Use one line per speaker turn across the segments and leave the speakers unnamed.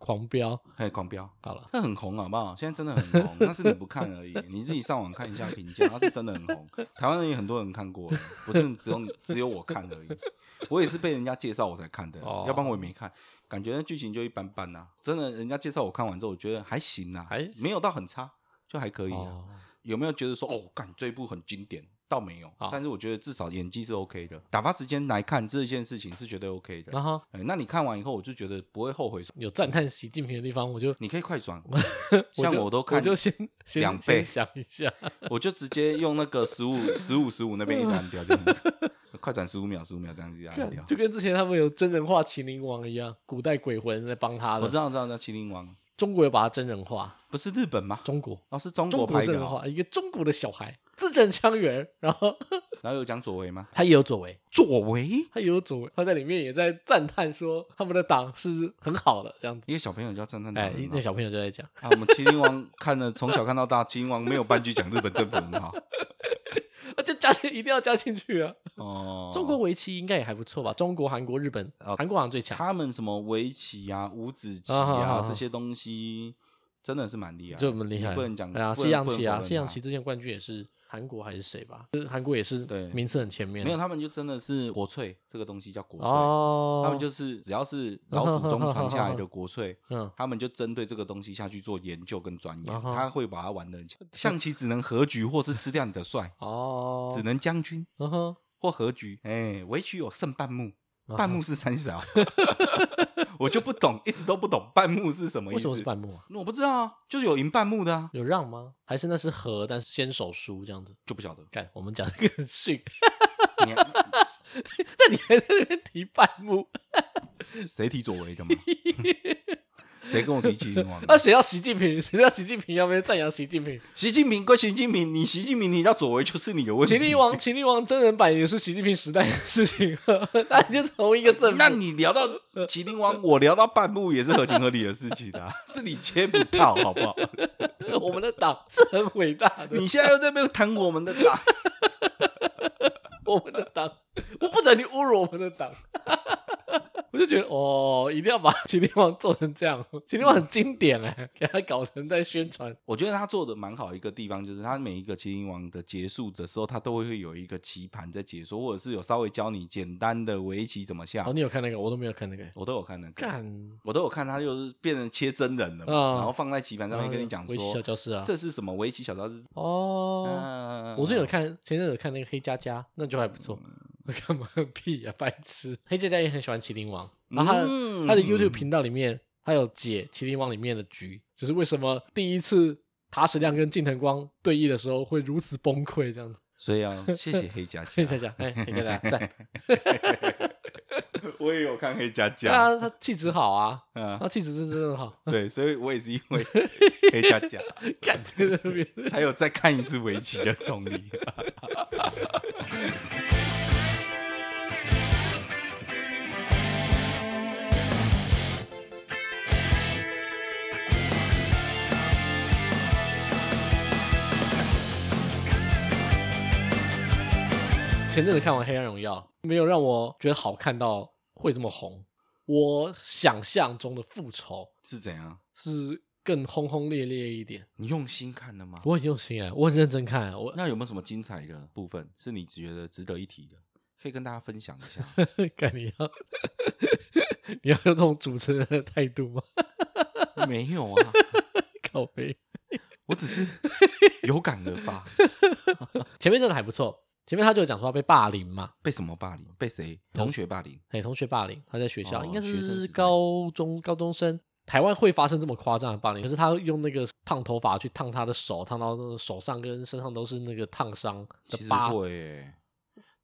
狂飙，
还有狂飙，
好了，
那很红好不好？现在真的很红，那是你不看而已，你自己上网看一下评价，它是真的很红。台湾人也很多人看过了，不是只有你只有我看而已。我也是被人家介绍我才看的，
哦
要不然我也没看。感觉那剧情就一般般呐、真的，人家介绍我看完之后，我觉得还行呐、
还行
没有到很差，就还可以啊。
哦
有没有觉得说哦，干这一部很经典？倒没有
好，
但是我觉得至少演技是 OK 的。打发时间来看这件事情是绝对 OK 的。
然后
哎那你看完以后，我就觉得不会后悔。
有赞叹习近平的地方，我就
你可以 快转，
就
像我都看
我就先先
两
先
倍
想一 下，
我就直接用那个十五、十五、十五那边一直按掉，这样子， 快转十五秒、十五秒这样子一直按掉
就。跟之前他们有真人化麒麟王一样，古代鬼魂在帮他
我
的，
知道，我知道，那麒麟王
中国有把它真人化，
不是日本吗？
中国
哦，是中
中
国
国
拍
真
的
人
哦，
化，一个中国的小孩字正腔圆，然 后
然后有讲左为吗？
他也有作为，
左为，
他也有作为，他在里面也在赞叹说他们的党是很好的这样子。
一个小朋友叫赞叹
哎
党，人嘛
那小朋友就在讲，
啊，我们麒麟王看了从小看到大，麒麟王没有半句讲日本政府很好
啊，就加进一定要加进去啊！
哦。
中国围棋应该也还不错吧？中国、韩国、日本，
哦
韩国好像最强。
他们什么围棋啊、五子棋
啊好好
啊
好
这些东西，真的是蛮厉害的，
这么厉
你
害，
不能讲
哎呀，
不
西
能
洋
不能
棋
否
啊，
认
西洋
它
棋之前冠军也是韩国还是谁吧？就是韩国也是
对
名次很前面
没有，他们就真的是国粹，这个东西叫国粹。
哦，
他们就是只要是老祖宗传下来的 国粹，
嗯，
他们就针对这个东西下去做研究跟钻研，
啊哈
他会把它玩的很强。象棋只能和局或是吃掉你的帅，
哦，
只能将军
嗯 哼，
或和局。哎，围棋有胜半目，
啊哈
半目是三小， 我就不懂，一直都不懂半目是什么意
为
思
什。么是半目啊？
那我不知道啊，就是有赢半目的啊，
有让吗？还是那是和，但是先手输这样子？
就不晓得。
干，我们讲这个很 逊，
你还
那你还在那边提半目？
谁提左为干嘛？ 谁跟我提麒麟王？
那谁要习近平？谁要习近平？要不要赞扬习近平？
习近平归习近平，你习近平你到左为就是你的问题。
秦力 王，秦力王真人版也是习近平时代的事情， 那你就同一个政府。
那你聊到麒麟王，我聊到半部也是合情合理的事情 啊，是你切不到，好不好？
我们的党是很伟大的，
你现在又在那边谈我们的 党，
我们的党，我不准你侮辱我们的党。 我就觉得哦，一定要把秦力王做成这样，秦力王很经典哎、给他搞成在宣传
我觉得他做的蛮好一个地方，就是他每一个麒麟王的结束的时候，他都会有一个棋盘在解说，或者是有稍微教你简单的围棋怎么下
哦。。你有看那个？我都没有看那个。
我都有看那个，
干
我都有看，他就是变成切真人了嘛，
啊
然后放在棋盘上面跟你讲
围棋小
说
教室啊，
这是什么围棋小招式。
哦。
嗯
我最近有看，前阵子有看那个黑加加，那就还不错。我干嘛 屁呀、白痴！黑加加也很喜欢麒麟王，然啊后他的、
嗯
他的 YouTube 频道里面，他有解《麒麟王》里面的局，就是为什么第一次塔矢亮跟近藤光对弈的时候会如此崩溃这样子。
所以 啊，谢谢黑加
谢
加
谢，大家，哎，谢谢大家，赞。
我也有看黑 加
对
加，
啊，他气质好啊，
嗯，
他气质是真的好。
对，所以我也是因为黑加加
干 在那边，
才有再看一次围棋的动力。
前阵子看完《黑暗荣耀》，没有让我觉得好看到会这么红。我想象中的复仇
是怎样？
是更轰轰烈烈一点。
你用心看的吗？
我很用心哎、我很认真看、哎我
那有没有什么精彩的部分是你觉得值得一提的？可以跟大家分享一下。
看你要你要用这种主持人的态度吗？
没有啊，
靠背。
我只是有感而发。
前面真的还不错，前面他就有讲说他被霸凌嘛，
被什么霸凌？被谁？同学霸凌？
哎，同学霸凌，他在学校、
哦
应该
学生
是
时代
高中高中生，台湾会发生这么夸张的霸凌，可是他用那个烫头发去烫他的手，烫到手上跟身上都是那个烫伤的
其实
疤。
会耶、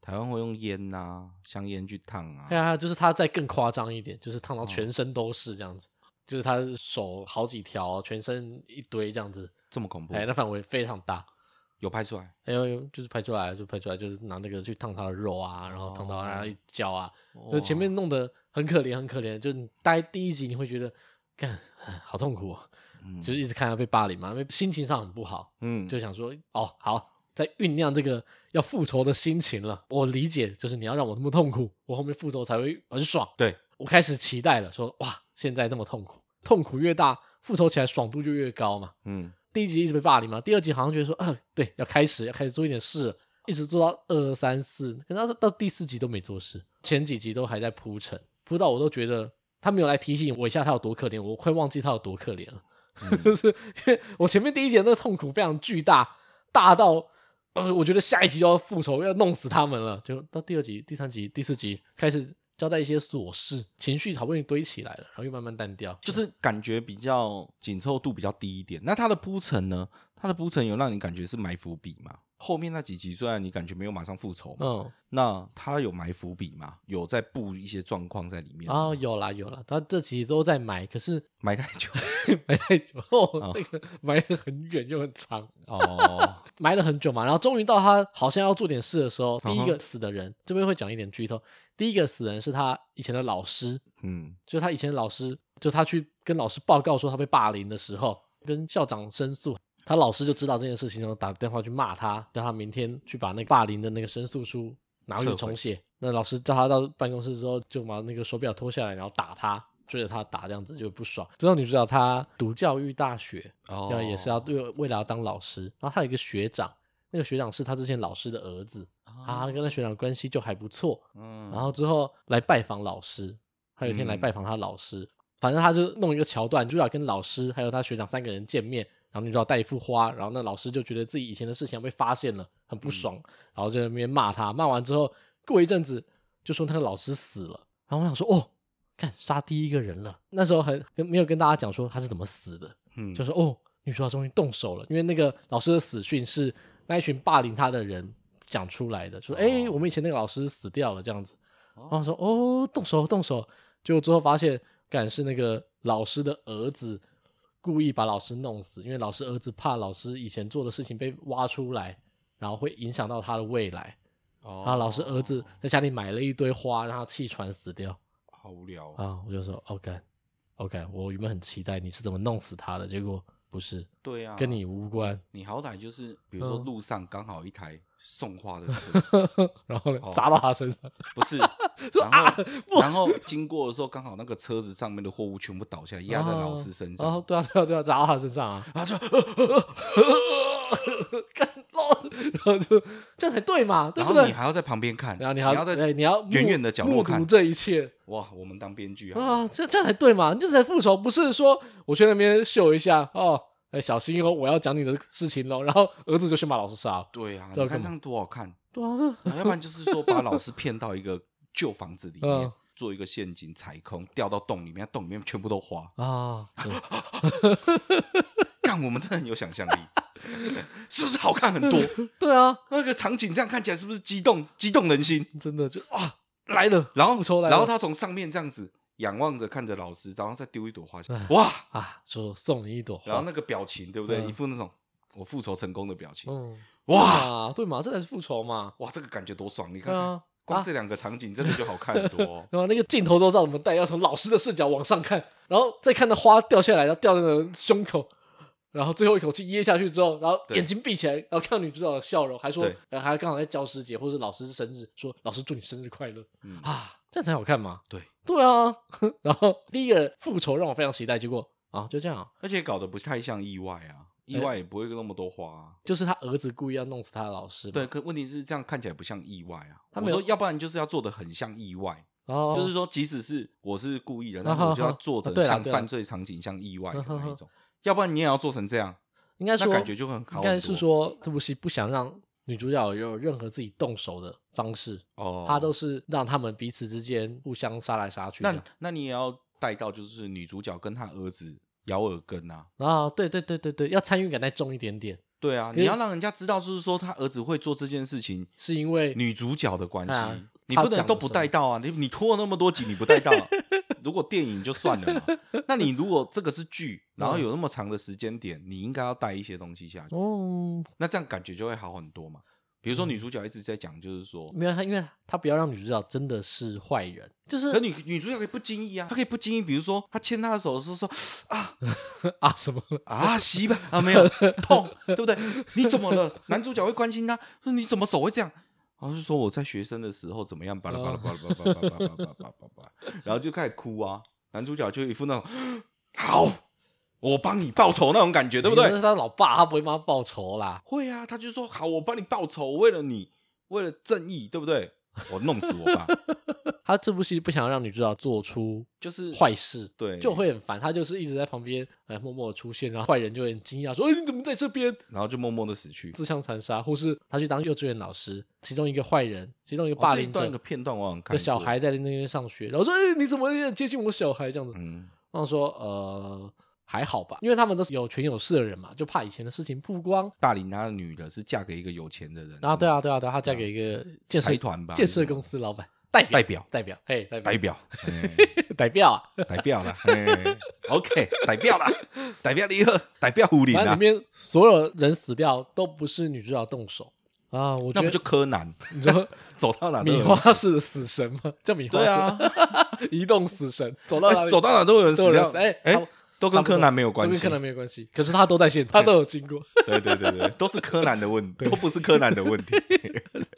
台湾会用烟呐、香烟去烫啊。
对啊，就是他再更夸张一点，就是
哦
烫到全身都是这样子，就是他手好几条，哦全身一堆这样子，
这么恐怖
哎，，那范围非常大。
有拍出来？
哎呦，就是拍出来，就拍出来，就是拿那个去烫他的肉啊，然后烫
哦
到他一跤啊，就前面弄得很可怜，很可怜。就你待第一集，你会觉得，干唉好痛苦、哦，
嗯
就是一直看他被霸凌嘛，因为心情上很不好，
嗯，
就想说，哦，好，在酝酿这个要复仇的心情了。我理解，就是你要让我那么痛苦，我后面复仇才会很爽。
对，
我开始期待了，说哇，现在那么痛苦，痛苦越大，复仇起来爽度就越高嘛。
嗯，
第一集一直被霸凌嘛，第二集好像觉得说，啊、对，要开始要开始做一点事了，一直做到二三四，可是到到第四集都没做事，前几集都还在铺陈，铺到我都觉得他没有来提醒我一下他有多可怜，我快忘记他有多可怜了， 就是因为我前面第一集的那个痛苦非常巨大，大到。呃，我觉得下一集就要复仇，要弄死他们了。就到第二集、第三集、第四集开始交代一些琐事，情绪好不容易堆起来了，然后又慢慢淡掉。
就是感觉比较紧凑度比较低一点。那它的铺陈呢？它的铺陈有让你感觉是埋伏笔嘛？后面那几集虽然你感觉没有马上复仇嘛，
嗯，
那它有埋伏笔嘛？有在布一些状况在里面
啊、有啦有啦，他这集都在埋，可是
埋太久
埋太久，哦那个埋得很远又很长，
哦，
埋了很久嘛。然后终于到他好像要做点事的时候，第一
嗯
个死的人，这边会讲一点剧透。第一个死人是他以前的老师，
嗯，
就是他以前的老师，就他去跟老师报告说他被霸凌的时候，跟校长申诉，他老师就知道这件事情，然后打电话去骂他，叫他明天去把那个霸凌的那个申诉书拿回
撤
去
回
重写。那老师叫他到办公室之后，就把那个手表脱下来，然后打他，追着他打，这样子就不爽。之后女主角她读教育大学，
哦
要也是要对未来要当老师，然后她有一个学长，那个学长是她之前老师的儿子，
哦
啊，跟那学长关系就还不错，
嗯
然后之后来拜访老师，还有一天来
嗯
拜访他老师，反正他就弄一个桥段，就要跟老师还有他学长三个人见面，然后女主角带一幅花，然后那老师就觉得自己以前的事情被发现了，很
嗯
不爽，然后就在那边骂他，骂完之后过一阵子就说那个老师死了，然后我想说哦。看杀第一个人了，那时候很跟没有跟大家讲说他是怎么死的，
嗯
就说哦，女主角终于动手了，因为那个老师的死讯是那一群霸凌她的人讲出来的，就
哦
说哎、诶我们以前那个老师死掉了这样子，然后说哦，动手动手，结果最后发现，敢是那个老师的儿子故意把老师弄死，因为老师儿子怕老师以前做的事情被挖出来，然后会影响到他的未来，
哦
然后啊老师儿子在家里买了一堆花，让他气喘死掉。
好无聊哦。
啊，我就说 OK OK，我原本很期待你是怎么弄死他的，结果不是，
对啊，
跟你无 关。
你好歹就是，比如说
嗯
路上刚好一台送花的 车，
然后呢
哦，
砸到他身上，
不是，
说
然
啊
后，然后经过的时候，刚好那个车子上面的货物全部倒下来，压在老师身
哦
上，，
对啊对啊对啊，砸到他身上 啊，
然后呃就，
干喽，然后就这样才对嘛，对
然
不
后你
对？
还要在旁边看，
然后你还
还要
哎
在
你要目
远远的角落
目
看
睹，这一切
哇，我们当编剧啊，
啊，这这样才对嘛，这才复仇，不是说我去那边秀一下哦，哎小心哦，我要讲你的事情喽，然后儿子就先把老师杀了，
对啊，
知道
你看
干
这
嘛
样多好看，
对啊，这
然后要不然就是说把老师骗到一个旧房子里面
嗯，
做一个陷阱踩空，掉到洞里面，洞里面全部都花，
啊，对
干，我们真的很有想象力， 是不是好看很多？
对啊，
那个场景这样看起来是不是激动激动人心？
真的就啊来了，
然后
复仇来了，
然后他从上面这样子仰望着看着老师，然后再丢一朵花下
哎
去，哇！
啊说送你一朵花，
然后那个表情，对不对？
嗯
一副那种我复仇成功的表情，
嗯，
哇
啊对嘛，这才是复仇嘛，
哇，这个感觉多爽！你
对
看看
啊，
光
啊。
这两个场景真的就好看很多哦
然后那个镜头都让我们带，要从老师的视角往上看，然后再看那花掉下来，然后掉到那个胸口，然后最后一口气噎下去之后，然后
对
眼睛闭起来，然后看到女主角的笑容，还说
对，
呃还刚好在教师节或者老师生日，说老师祝你生日快乐、啊，这样才好看嘛。
对，
对啊， 然后第一个复仇让我非常期待，结果啊就这样啊、
而且搞得不太像意外啊，
哎
意外也不会那么多花啊。
就是他儿子故意要弄死他的老师嘛，
对，可问题是这样看起来不像意外啊。
他
我
没有
说，要不然就是要做的很像意外，
然后
就是说，即使是我是故意的，
啊
但是我就要
哈哈
做
啊
的
对啦
像
对啦
犯罪场景、像意外的
啊哈
那一
哈
种，要不然你也要做成这样，
应该
那
说
感觉就很好
应该
很
是
多
说这部戏不想让女主角有任何自己动手的方式，
哦。
他都是让他们彼此之间互相杀来杀去的。
那那你也要带到，就是女主角跟她儿子咬耳根啊。
啊，对对对对对，要参与感再重一点点，
对啊，
可
你
是
要让人家知道，就是说她儿子会做这件事情，
是因为
女主角的关系，
啊
你
她
不能
讲
都
的
不
什
带
么
到啊！你你拖了那么多集，你不带 到、啊，如果电影就算了嘛，那你如果这个是剧，然
嗯
后有那么长的时间点，你应该要带一些东西下去，
哦，
那这样感觉就会好很多嘛。
嗯
比如说女主角一直在讲，就是说，
没有他，因为他不要让女主角真的是坏人，就是
可女女主角可以不经意啊，她可以不经意，比如说她牵她的手的时候说啊，
啊什么了
啊，洗吧啊，没有 痛，对不对？你怎么了？男主角会关心他，说你怎么手会这样？然后就说我在学生的时候怎么样，巴拉巴拉巴拉巴拉巴拉巴拉巴拉巴拉巴拉，然后就开始哭啊。男主角就一副那种好，我帮你报仇那种感觉， 对不
那是
对？
他老爸，他不会帮他报仇啦。
会啊，他就说好，我帮你报仇，为了你，为了正义，对不对？我弄死我爸，
他这部戏不想让女主角做出
就是
坏事，
对，
就，会很烦。他就是一直在旁边，哎，默默的出现，然后坏人就会很惊讶说：“哎，你怎么在这边？”
然后就默默的死去。
自相残杀，或是他去当幼稚园老师，其中一个坏人，其中一个
哦
霸
这一
凌
段
者
的片段我好像看
的小
过
孩，在那边上学，然后说：“哎、你怎么有点接近我小孩？”这样子，
嗯，
然后说：“呃，还好吧，因为他们都是有权有势的人嘛，就怕以前的事情曝光。
霸凌他的女的是嫁给一个有钱的人，”
然后
是
对
吗
啊，对啊，对啊，她嫁给一个建设
财团吧，
建设
还是什么
公司老板代表
代表
代表，嘿，代表
代表，哎
代表啊，
代表 啦嘿 o k 代表啦，代表你好，代表啊狐狸
反正
啦
里，面所有人死掉都不是女主角动手啊，我觉
那不
得
就柯南
你说
走到哪都有
米
人
花式的死神吗？叫米花
对啊，
式 移动死神，走到哪
哎
里
走到哪都有人
都
死
有人
掉
死，哎
哎
差不，
都跟柯南没有关
都跟
系
柯，南没有关系。可是他都在现场，他都有经过
对对对 对，都是柯南的问，都不是柯南的问题，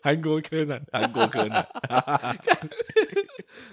韩国柯南，
韩国柯南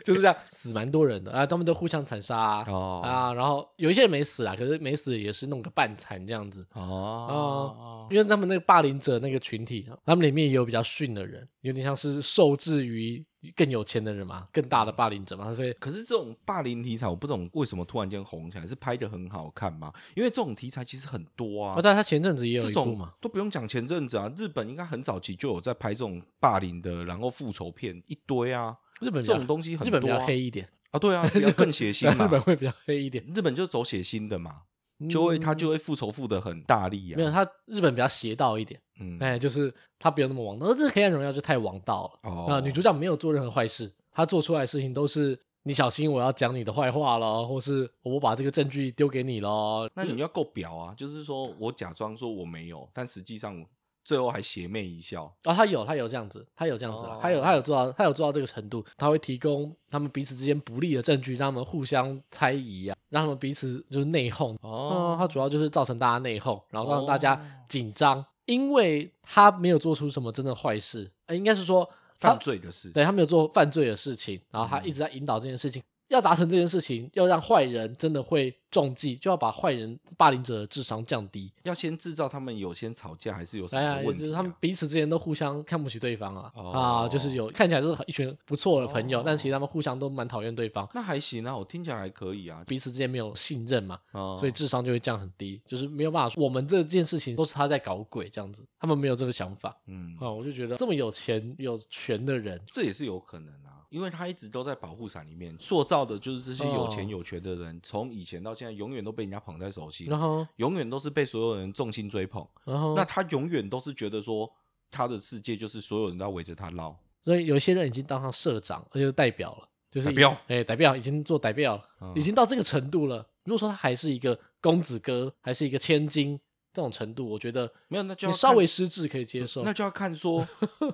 就是这样，死蛮多人的啊，他们都互相残杀啊,、
哦
啊，然后有一些人没死啊，可是没死也是弄个半残这样子。
哦，
因为他们那个霸凌者那个群体，他们里面也有比较逊的人，有点像是受制于更有钱的人嘛，更大的霸凌者嘛，所以
可是这种霸凌题材，我不懂为什么突然间红起来，是拍的很好看吗？因为这种题材其实很多啊
啊，，但他前阵子也有
这
一部
种
嘛，
都不用讲前阵子啊，日本应该很早期就有在拍这种霸凌的，然后复仇片一堆啊，
日本比
这
较
种东西很
日
多、
本
啊、
比较黑一点，
啊，对啊，比较更血腥 嘛
日。本会比较黑一点，
日本就走血腥的嘛，就会他
嗯
就会复仇复的很大力啊。
没有他日本比较邪道一点。
嗯，
哎，就是他不用那么王道，而这个黑暗荣耀就太王道了。
哦
啊、女主角没有做任何坏事，她做出来的事情都是你小心，我要讲你的坏话咯，或是我把这个证据丢给你咯。
那你要够表啊，就是说我假装说我没有，但实际上最后还邪魅一笑。
哦，她有，她有这样子，她有这样子啊，她有，
哦
她有做到，她有做到这个程度，她会提供他们彼此之间不利的证据，让他们互相猜疑啊，让他们彼此就是内讧。嗯，
哦，
它主要就是造成大家内讧，然后让大
哦
家紧张，因为他没有做出什么真的坏事，呃、应该是说他
犯罪的事。
对他没有做犯罪的事情，然后
嗯
他一直在引导这件事情。要达成这件事情，要让坏人真的会中计，就要把坏人霸凌者的智商降低。
要先制造他们有先吵架，还是有什
哎呀
么，问
就是
题、
他
啊？
们彼此之间都互相看不起对方啊、
哦
啊，就是有看起来就是一群不错的朋友，
哦
但其实他们互相都蛮讨厌对方，
那还行啊，我听起来还可以啊。
彼此之间没有信任嘛，
哦
所以智商就会降很低，就是没有办法说我们这件事情都是他在搞鬼这样子，他们没有这个想法
嗯，
啊、我就觉得这么有钱有权的人，
这也是有可能啊，因为他一直都在保护伞里面塑造的，就是这些有钱
哦
有权的人，从以前到现在，永远都被人家捧在手心，
然后
永远都是被所有人重心追捧。
然后
那他永远都是觉得说，他的世界就是所有人都要围着他绕。
所以有些人已经当上社长，那就是代表了，就是已
代表
哎，代表已经做代表了，
嗯
已经到这个程度了。如果说他还是一个公子哥，还是一个千金这种程度，我觉得
没有那就
你
要
稍
看
微失智可以接受。
那就要看 说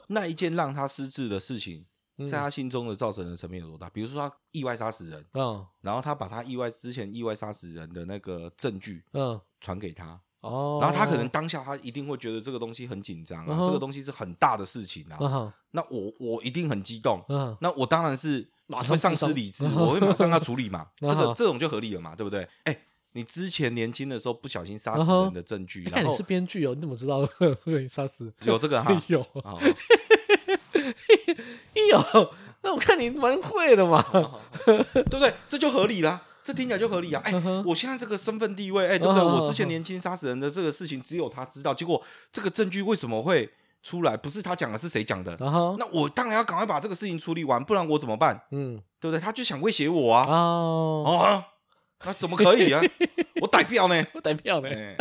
那一件让他失智的事情，
嗯
在他心中的造成的层面有多大。比如说他意外杀死人，
嗯
然后他把他意外之前意外杀死人的那个证据
嗯
传给他，
哦，
然后他可能当下他一定会觉得这个东西很紧张
嗯
啊，
哼
这个东西是很大的事情啊。
嗯哼
那我我一定很激动，
嗯
那我当然是
马上
会丧
自
失
杀
理智，我会马上要处理 嘛。这
嗯
个
哼
这种就合理了嘛，对不对？哎，你之前年轻的时候不小心杀
嗯
死
哼
人的证据，
哎干
然
你
后
是编剧哦，你怎么知道 会被杀死？
有这个哈
哎， 呦，
哦
哎呦，那我看你蛮会的嘛。
嗯对不对？这就合理啦。这听起来就合理 啊！哎、
嗯哼
我现在这个身份地位，哎、对不对？
嗯哼
我之前年轻杀死人的这个事情，只有他知道。结果这个证据为什么会出来？不是他讲的，是谁讲的？
然后
那我当然要赶快把这个事情处理完，不然我怎么办？
嗯
对不对？他就想威胁我啊！
哦，
哦，那怎么可以 啊？我逮票呢、
我代票呢？
哎，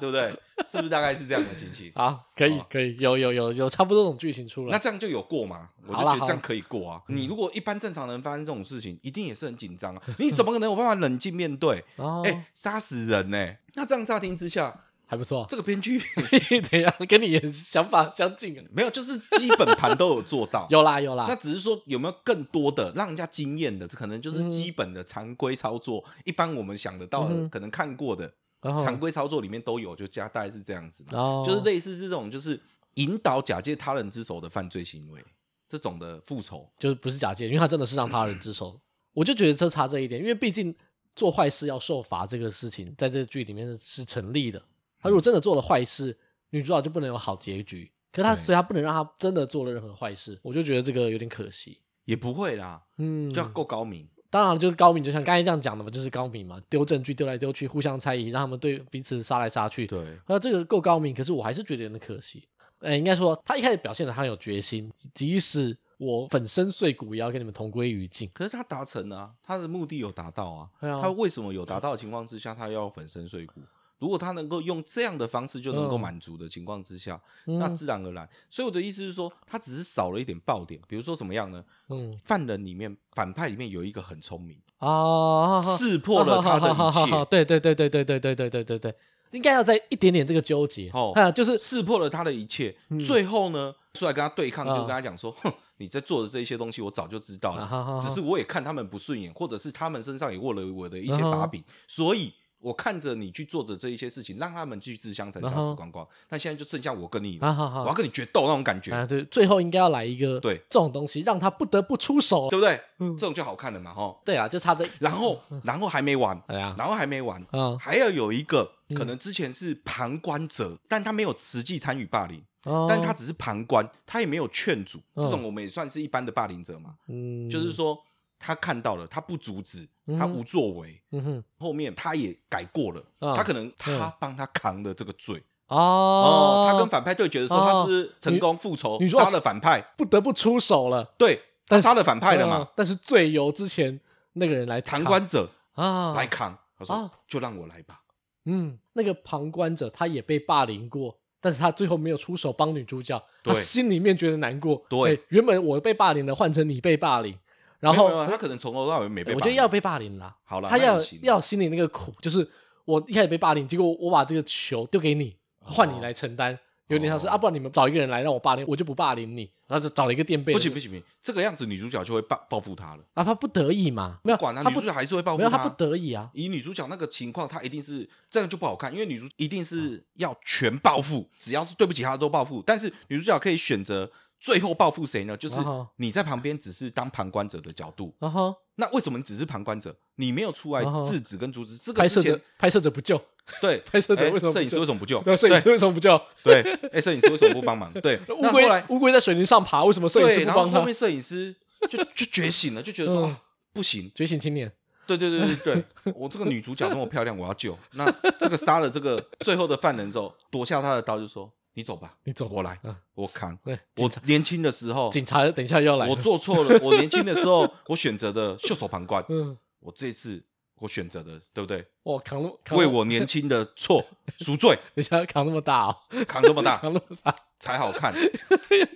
对不对？是不是大概是这样的情形？
好，可以
哦
可以，有有有有，差不多这种剧情出
那
来。
这样就有过嘛？我就
好啦
觉得
好
这
嗯
样
啦
可以过啊。你如果一般正常人发生这种事情，一定也是很紧张 啊。你怎么可能有办法冷静面对？
哦，
哎、杀死人呢、那这样乍听之下，
还不错。
这个编剧
怎样？跟你也想法相近啊？。
没有，就是基本盘都有做到
有啦有啦
那，只是说有没有更多的让人家惊艳的，这可能就是基本的常规操作，一般我们想得到的，
嗯哼哦
可能看过的、
然后
常规操作里面都有，就加大概是这样子嘛，
然后
就是类似这种就是引导假借他人之手的犯罪行为，这种的复仇，
就是不是假借，因为他真的是让他人之手。我就觉得这差这一点，因为毕竟做坏事要受罚这个事情，在这个剧里面是是成立的。他如果真的做了坏事，女主角就不能有好结局。可是他，
对
所以他不能让他真的做了任何坏事，我就觉得这个有点可惜。
也不会啦，
嗯，
就要够高明。
当然就是高明，就像刚才这样讲的嘛，就是高明嘛，丢证据丢来丢去，互相猜疑，让他们对彼此杀来杀去。
对，
那这个够高明，可是我还是觉得有点可惜。哎，应该说他一开始表现的他很有决心，即使我粉身碎骨也要跟你们同归于尽。
可是他达成了、啊，他的目的有达到啊。
对啊
他为什么有达到的情况之下，他要粉身碎骨？如果他能够用这样的方式就能够
嗯
满足的情况之下，那
嗯
自然而然。所以我的意思是说，他只是少了一点爆点。比如说怎么样呢？
嗯
犯人里面，反派里面有一个很聪明，
啊，
识破了他的一 切。
对对对对对对对对对对对，应该要在一点点这个纠结。
哦
啊，就是
识破了他的一切，最后呢，出来跟他对抗，就跟他讲说：“哼，你在做的这些东西，我早就知道
啊哈哈
了，
哈
只是我也看他们不顺眼，或者是他们身上也握了我的一些
啊哈
把柄，所以我看着你去做着这一些事情，让他们去自相残
啊
杀、
哈
死光光。但现在就剩下我跟你
啊
了，
好好
我要跟你决斗那种感觉，
啊，对，最后应该要来一个
对
这种东西，让他不得不出手。
对不对？
嗯
这种就好看了嘛，哈。
对啊，就差这，
然后，然后还没完，
哎呀，
然后还没完，
嗯
还要有一个可能之前是旁观者，但他没有实际参与霸凌。”
哦
但他只是旁观，他也没有劝阻，
嗯
这种我们也算是一般的霸凌者嘛。
嗯，
就是说，他看到了，他不阻止，
嗯
他无作为，
嗯哼
后面他也改过了，
嗯
他可能他帮他扛了这个罪
哦，
他跟反派对决的时候，
哦
他是不是成功复仇
女，主角
杀了反派？
不得不出手了，
对，
但
他
是
杀了反派了嘛
嗯？但是最由之前那个人来
旁
扛
观者
啊，
来扛，他说
啊
就让我来吧。
嗯，那个旁观者他也被霸凌过，但是他最后没有出手帮女主角，他
对
心里面觉得难过。
对
哎，原本我被霸凌了，换成你被霸凌，然
没有没
后
有他可能从头到尾没被
哎我
霸凌，
觉得要被霸凌啦，
好了，
他
那也
要
行
要心里那个苦，就是我一开始被霸凌，结果我把这个球丢给你，换你来承担。有点像是、
哦
啊，不然你们找一个人来让我霸凌，我就不霸凌你，然后就找了一个垫背的。
不行不行不行，这个样子女主角就会报报复他了。
啊，他不得已嘛，没有
不管他，啊
他
女
不
主角还是会报复
没有他不得已啊，
以女主角那个情况，她一定是这样就不好看，因为女主一定
嗯
是要全报复，只要是对不起她都报复。但是女主角可以选择最后报复谁呢？就是
啊哈
你在旁边只是当旁观者的角度，
然后
那为什么你只是旁观者？你没有出来
啊哈
制止跟阻止？这
拍
个
摄
之
者
前
拍摄者不救，
对
拍摄者
哎
为什么不
摄影师
救
为什么不救？
那摄影师为什么不救？
对，对哎，摄影师为什么不帮忙？ 对，
乌
那后
龟
来
乌龟在水泥上爬，为什么摄影
对，
师不
然后
帮
后
他
面？摄影师就就觉醒了，就觉得说
嗯
啊不行，
觉醒青年，
对对对对对， 我这个女主角那么漂亮，我要救。 那这个杀了这个最后的犯人之后，夺下他的刀就说：“你走吧，
你走
我来
嗯，
我扛。
对，
我
警察
年轻的时候，
警察等一下又要来了，
我做错了。我年轻的时候，我选择的袖手旁 观。
嗯，
我这次我选择的，对不对？
我扛那么扛那
为
么
我年轻的错 赎罪，
等一下扛那么大哦，
扛这么大
扛那么大，
才好看。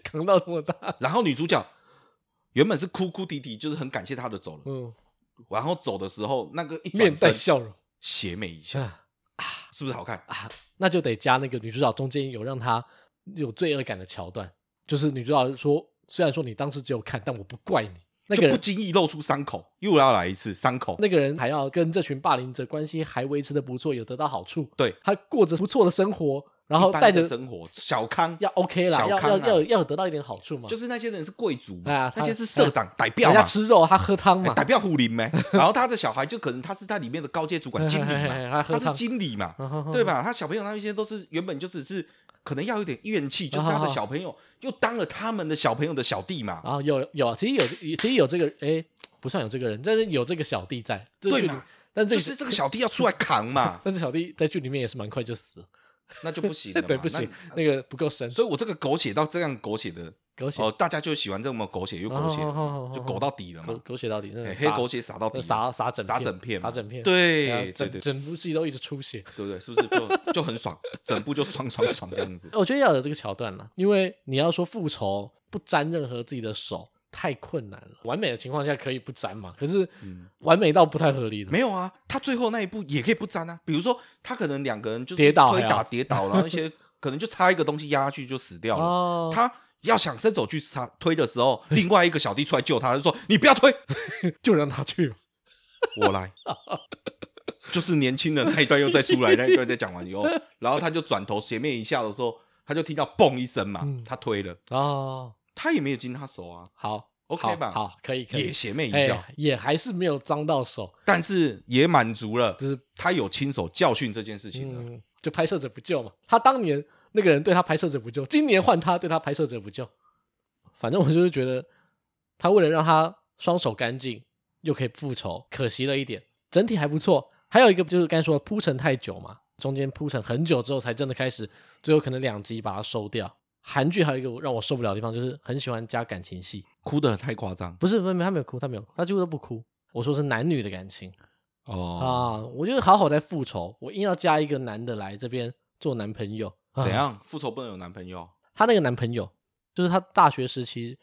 扛到那么大，
然后女主角原本是哭哭啼啼，就是很感谢他的走了。
嗯，
然后走的时候，那个一
面带
转身，
笑容
邪魅一下，
啊，
是不是好看？
那就得加那个女主角中间有让她有罪恶感的桥段，就是女主角说，虽然说你当时只有看，但我不怪你，那个
就不
人。
经意露出伤口，又要来一次伤口。
那个人还要跟这群霸凌者关系还维持的不错，有得到好处，
对，
他过着不错的生活，然后
一般
带
的
着
生活，小康
要 OK 啦，
小
要
康
要
啊
要要有得到一点好处嘛，
就是那些人是贵族
哎呀
嘛，那
他
些是社长代表
人
嘛
家，吃肉，他喝汤
哎
嘛，
代表虎 林没，然后他的小孩就可能他是他里面的高阶主管经理
嘿嘿嘿 嘿他
嘛，
喝
他是
汤
经理嘛，对
对？
吧？他小朋友他那些都是原本就只是可能要有点怨气，就是他
啊
的
哈啊
小朋友又当了他们的小朋友的小弟嘛，
然后有有，其实有其实有这个，哎，不算有这个人，但是有这个小弟在，这
对
剧里
嘛？
但这
就
个，
是这个小弟要出来扛嘛
但这小弟在剧里面也是蛮快就死了，
那就不行了 嘛，
对，不行，那个不够深
那。，所以我这个狗血到这样狗血的
狗血
哦，，大家就喜欢这么狗血又狗血
哦哦哦哦
的，就狗到底了
狗
嘛。
狗血到底，真的
哎
是
黑
杀
狗血撒到底，
那
啊
撒撒整
撒
片
整片嘛，
撒整片然后
对对
整
对对
整部戏都一直出血。
不对？是不是就就很爽，整部就爽爽爽这样子？
我觉得要有这个桥段了，因为你要说复仇不沾任何自己的手太困难了。完美的情况下可以不沾嘛，可是完美到不太合理了。
嗯没有啊，他最后那一步也可以不沾啊。比如说，他可能两个人就是
跌倒
推
还
打
好
跌倒，然后 一些可能就插一个东西压下去就死掉了。
哦
他要想伸手去插推的时候，另外一个小弟出来救他，就说：“你不要推，
就让他去吧。
我来。”就是年轻的那一段又再出来，那一段再讲完以后，然后他就转头斜面一下的时候，他就听到嘣一声嘛
嗯，
他推了，
哦，
他也没有经他手啊。
好，好
，OK 吧？，
好，可以，可以
也。邪魅一
哎、
笑，
也还是没有脏到手，
但是也满足了
就是
他有亲手教训这件事情了。
嗯，就拍摄者不救嘛。他当年那个人对他拍摄者不救，今年换他对他拍摄者不救。反正我就是觉得，他为了让他双手干净，又可以复仇，可惜了一点。整体还不错，还有一个就是刚才说的铺陈太久嘛，中间铺陈很久之后才真的开始，最后可能两集把它收掉。韩剧还有一个让我受不了的地方，就是很喜欢加感情戏，
哭得太夸张
不是，不是，他没有哭，他没有哭，他几乎都不哭。我说是男女的感情。
哦，
啊，我就是好好在复仇，我硬要加一个男的来这边做男朋友。啊、
怎？样？复仇不能有男朋友？
她那个男朋友就是她大学时期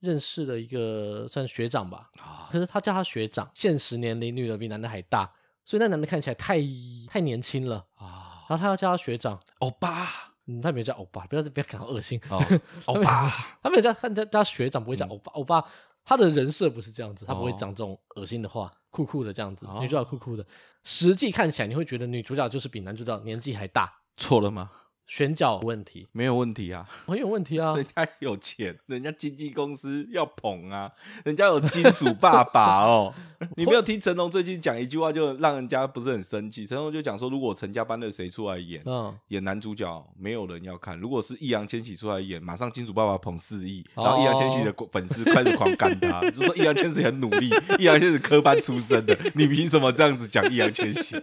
认识的一个算学长吧，
啊
可是她叫他学长，现实年龄女的比男的还大，所以那男的看起来太太年轻了，
啊，
然后她要叫他学长，
欧巴，
嗯，她没有叫欧巴，不要不要感到恶心，
哦，欧巴，
她没有叫她叫她学长，不会叫欧巴，欧巴。她的人设不是这样子，她不会
嗯哦
讲这种恶心的话，酷酷的这样子，
哦
女主角酷酷的，实际看起来你会觉得女主角就是比男主角年纪还大，
错了吗？
选角问题，
没有问题啊，
很有问题啊。
人家有钱，人家经纪公司要捧啊，人家有金主爸爸哦。 你没有听成龙最近讲一句话，就让人家不是很生气。成龙就讲说，如果陈家班的谁出来演
嗯，
演男主角，没有人要看；如果是易烊千玺出来演，马上金主爸爸捧四亿，
哦
然后易烊千玺的粉丝开始狂干他，就说易烊千玺很努力，易烊千玺科班出身的，你凭什么这样子讲易烊千玺？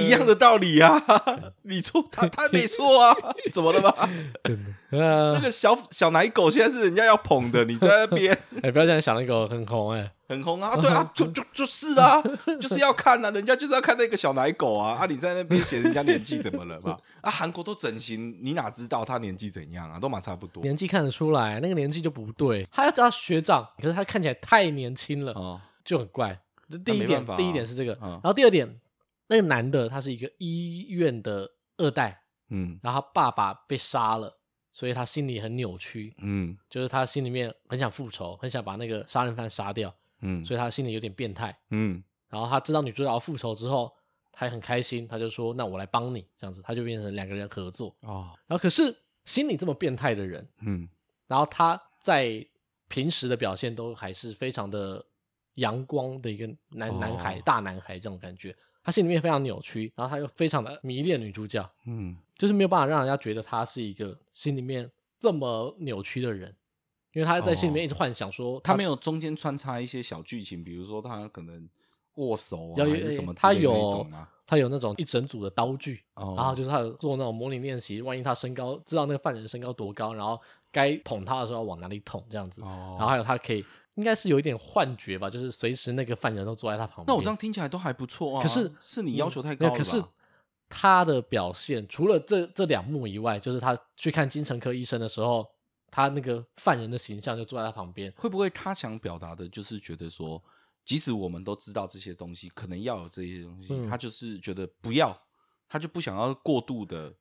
一 样的道理啊，你错他他没错啊，怎么了吗？
呃
那，个小小奶狗现在是人家要捧的，你在那边
哎，不要这样想，那个很红哎、
很红 啊，对啊，就就就是啊， 就是要看啊，人家就是要看那个小奶狗啊，啊，你在那边写人家年纪怎么了 嘛？啊，韩国都整形，你哪知道他年纪怎样啊？都蛮差不多
年纪看得出来，那个年纪就不对。他要叫他学长，可是他看起来太年轻了，
哦，
就很怪。这第一
没
点，
办法啊
第一点是这个，
嗯
然后第二点，那个男的他是一个医院的二代，
嗯
然后他爸爸被杀了，所以他心里很扭曲，
嗯
就是他心里面很想复仇，很想把那个杀人犯杀掉，
嗯
所以他心里有点变态。
嗯
然后他知道女主角要复仇之后，他也很开心，他就说：“那我来帮你。”这样子，他就变成两个人合作。
哦
然后可是心里这么变态的人，
嗯
然后他在平时的表现都还是非常的阳光的一个男、
哦
男孩、大男孩这种感觉。他心里面非常扭曲，然后他又非常的迷恋女主角，
嗯
就是没有办法让人家觉得他是一个心里面这么扭曲的人，因为他在心里面一直幻想说
哦他没有中间穿插一些小剧情，比如说他可能握手啊，
要
还
有
是什么之
他
类的那
有
种啊，
他有那种一整组的刀具，
哦
然后就是他有做那种模拟练习，万一他身高知道那个犯人身高多高，然后该捅他的时候要往哪里捅这样子，然后
哦，
还有他可以应该是有一点幻觉吧，就是随时那个犯人都坐在他旁边。
那我这样听起来都还不错啊，
可是嗯
是你要求太
没
高
有
了吧，
可是他的表现除了这这两幕以外，就是他去看精神科医生的时候，他那个犯人的形象就坐在他旁边。
会不会他想表达的就是觉得说，即使我们都知道这些东西，可能要有这些东西，
嗯
他就是觉得不要，他就不想要过度的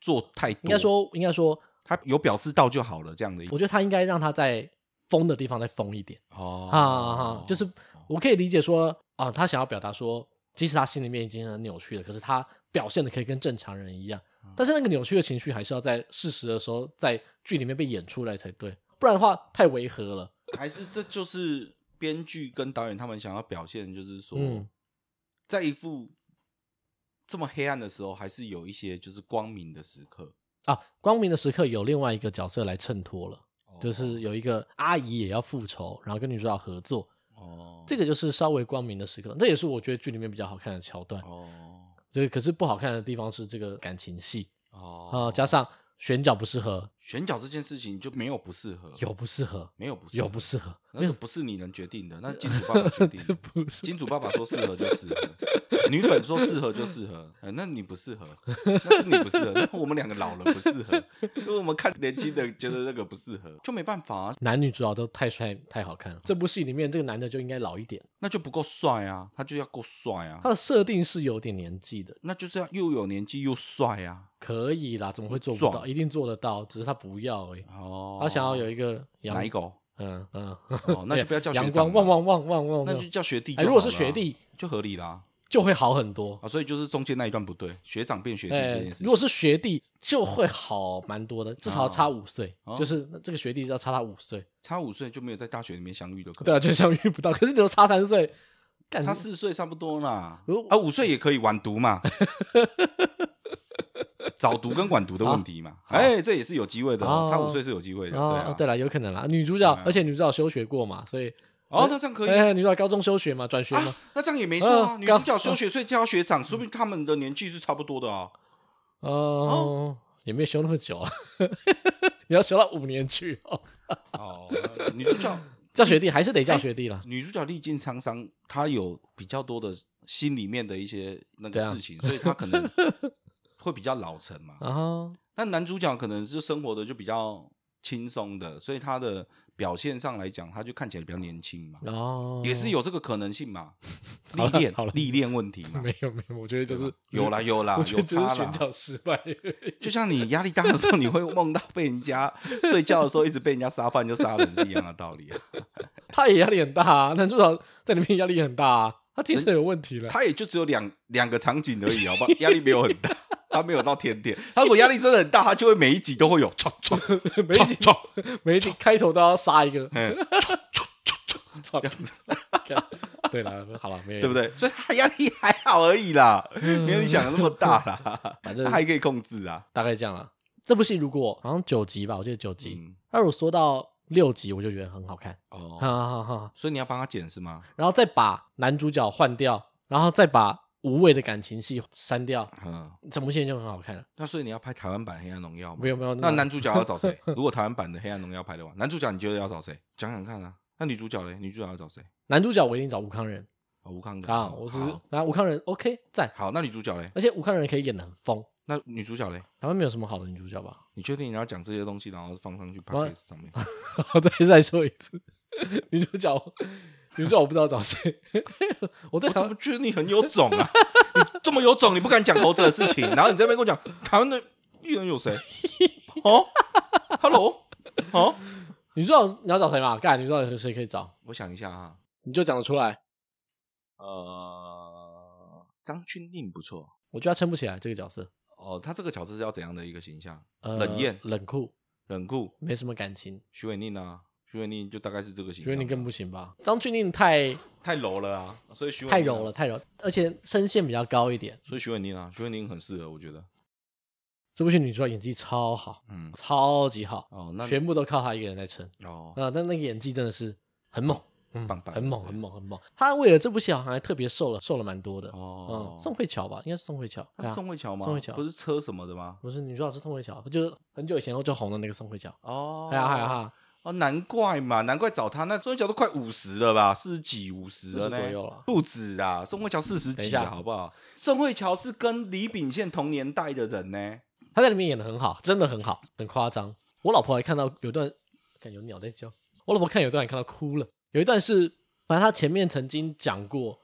做太多。
嗯应该说，应该说，
他有表示到就好了这样的一
我觉得他应该让他在疯的地方再疯一点。
哦
啊哈，就是我可以理解说啊，他想要表达说，即使他心里面已经很扭曲了，可是他表现的可以跟正常人一样，
嗯
但是那个扭曲的情绪还是要在事实的时候在剧里面被演出来才对，不然的话太违和了。
还是这就是编剧跟导演他们想要表现，就是说，
嗯
在一副这么黑暗的时候，还是有一些就是光明的时刻。
啊，光明的时刻有另外一个角色来衬托了，
哦
就是有一个阿姨也要复仇，然后跟女主角合作，
哦，
这个就是稍微光明的时刻，这也是我觉得剧里面比较好看的桥段。
哦
这个可是不好看的地方是这个感情戏啊、
哦，
加上选角不适合，
选角这件事情就没有不适合，
有不适合，
没有不适合
有不适合，
那个不是你能决定 的，那是金主爸爸决定
这
的。
不是
金主爸爸说适合就适合，女粉说适合就适合，呃那你不适合，那是你不适合，那我们两个老了不适合，因为我们看年轻的觉得那个不适合，就没办法、啊，
男女主角都太帅太好看了。这部戏里面这个男的就应该老一点，
那就不够帅啊，他就要够帅啊
他，的设定是有点年纪的，
那就是要又有年纪又帅啊，
可以啦，怎么会做不
壮
到？一定做得到，只是他不要而已。
哦，
他想要有一个阳
哪一狗，
嗯嗯，
哦那就不要叫 学
阳
长
光
了
旺旺旺旺旺旺，
那就叫学弟
哎，
就好了啊、
如果是学弟
就合理啦，
就会好很多。
啊，所以就是中间那一段不对，学长变学弟这
哎、
件事情。
如果是学弟就会好蛮多的，至少差五岁，
哦
就是那这个学弟就要差他五岁，
差五岁就没有在大学里面相遇的可能，
对啊，就相遇不到。可是你都差三岁，干
差四岁差不多啦
如。
啊，五岁也可以晚读嘛，早读跟晚读的问题嘛，哎，这也是有机会的哦，
哦
差五岁是有机会的，
哦哦，对
对啊。
了，有可能啦。女主角
对啊，
而且女主角休学过嘛，所以
哦，那这样 可以啊。
哎，女主角高中休学嘛，转学嘛
啊，那这样也没错啊。
嗯
女
高
主角休学，所以叫她学长，说不定他们的年纪是差不多的啊。
哦，也没有休那么久啊， 你要休到五年去哦。
哦，女主角，
叫学弟还是得叫学弟啦，
女主角历尽沧桑，她有比较多的心里面的一些那个
对啊
事情，所以她可能会比较老成 嘛。
然后
但男主角可能就生活的就比较轻松的，所以他的表现上来讲，他就看起来比较年轻嘛，
哦
也是有这个可能性嘛，历 练
好了
历练问题嘛，
没有没有，我觉得就是
啊有啦有啦
我觉
有
得只是
差
选
啦。
角失败而已。
就像你压力大的时候，你会梦到被 人家睡觉的时候一直被人家杀饭就杀人是一样的道理啊。
他也压力很大啊，男主角在里面压力很大啊，他精神有问题了。
他也就只有两两个场景而已，好吧，压力没有很大。他没有到天天，他如果压力真的很大，他就会每一集都会有冲冲
每一
冲
集
冲
每一集开头都要杀一个，
嗯
操
这！样 子。
对了，好了，没有
对不？对？所以他压力还好而已啦，没有你想的那么大啦，
反正
他还可以控制啊。
大概这样了。这部戏如果好像九集吧，我记得九集，
嗯，
他如果说到六集，我就觉得很好看，哈
哦，
哈哈。
所以你要帮他剪是吗？
然后再把男主角换掉，然后再把无谓的感情戏删掉，
嗯，
整部戏就很好看了。
那所以你要拍台湾版《黑暗荣耀》吗
没？有没有，
那男主角要找 谁？如果台湾版的《黑暗荣耀》拍的话，男主角你觉得要找谁？讲讲看啊。那女主角嘞？女主角要找谁？
男主角我一定找吴康仁
哦，吴康仁
啊，
哦
我是
好
然后吴康仁 OK 赞，
好。那女主角嘞？
而且吴康仁可以演的很疯，
那女主角嘞？
台湾没有什么好的女主角吧？
你确定你要讲这些东西，然后放上去 p
我
o d 上面？
我再再说一次，女主角，女主角我不知道找谁， 我对啊台
我怎
湾
么觉得你很有种啊？ 你这么有种，你不敢讲猴子的事情，然后你在那边跟我讲台湾的艺人有谁？ 哦，Hello，哦，
女主角你要找谁嘛？干，女主角有谁可以找？
我想一下啊哈，
你就讲得出来，
呃，张钧甯不错
我觉得她撑不起来这个角色，
哦，他这个角色是要怎样的一个形象？
呃、
冷艳、
冷酷，
冷酷，
没什么感情，
徐伟宁啊，徐伟宁就大概是这个形
觉得
象。
你更不行吧？张钧甯太
太柔了啊，所以徐伟
太
宁啊
柔了，，太柔，而且声线比较高一点。
所以徐伟宁啊，徐伟宁很适合，我觉得，
这部剧女主角演技超好，
嗯，
超级好，
哦，那
全部都靠她一个人在撑
哦，
啊、但那个演技真的是很猛。嗯
棒棒
很猛，
对
很猛，很猛。她为了这部戏好像还特别瘦了，瘦了蛮多的。
哦
嗯，，宋慧乔吧，应该是宋慧乔。
那
对啊
是宋慧乔吗？
宋慧乔
不是车什么的吗？
不是女主角是宋慧乔，就是很久以前就红的那个宋慧乔。哎
哦，
还有啊还有还有，
哦，难怪嘛，难怪找他那宋慧乔都快五十了吧，四十几、五十
四
了
十
呢，
左右了。
不止啊，宋慧乔四十
等一
几
下
了，好不好？宋慧乔是跟李秉宪同年代的人呢，
她在里面演的很好，真的很好，很夸张。我老婆还看到有段，看有鸟在叫，我老婆看有段也看到哭了。有一段是，反正她前面曾经讲过，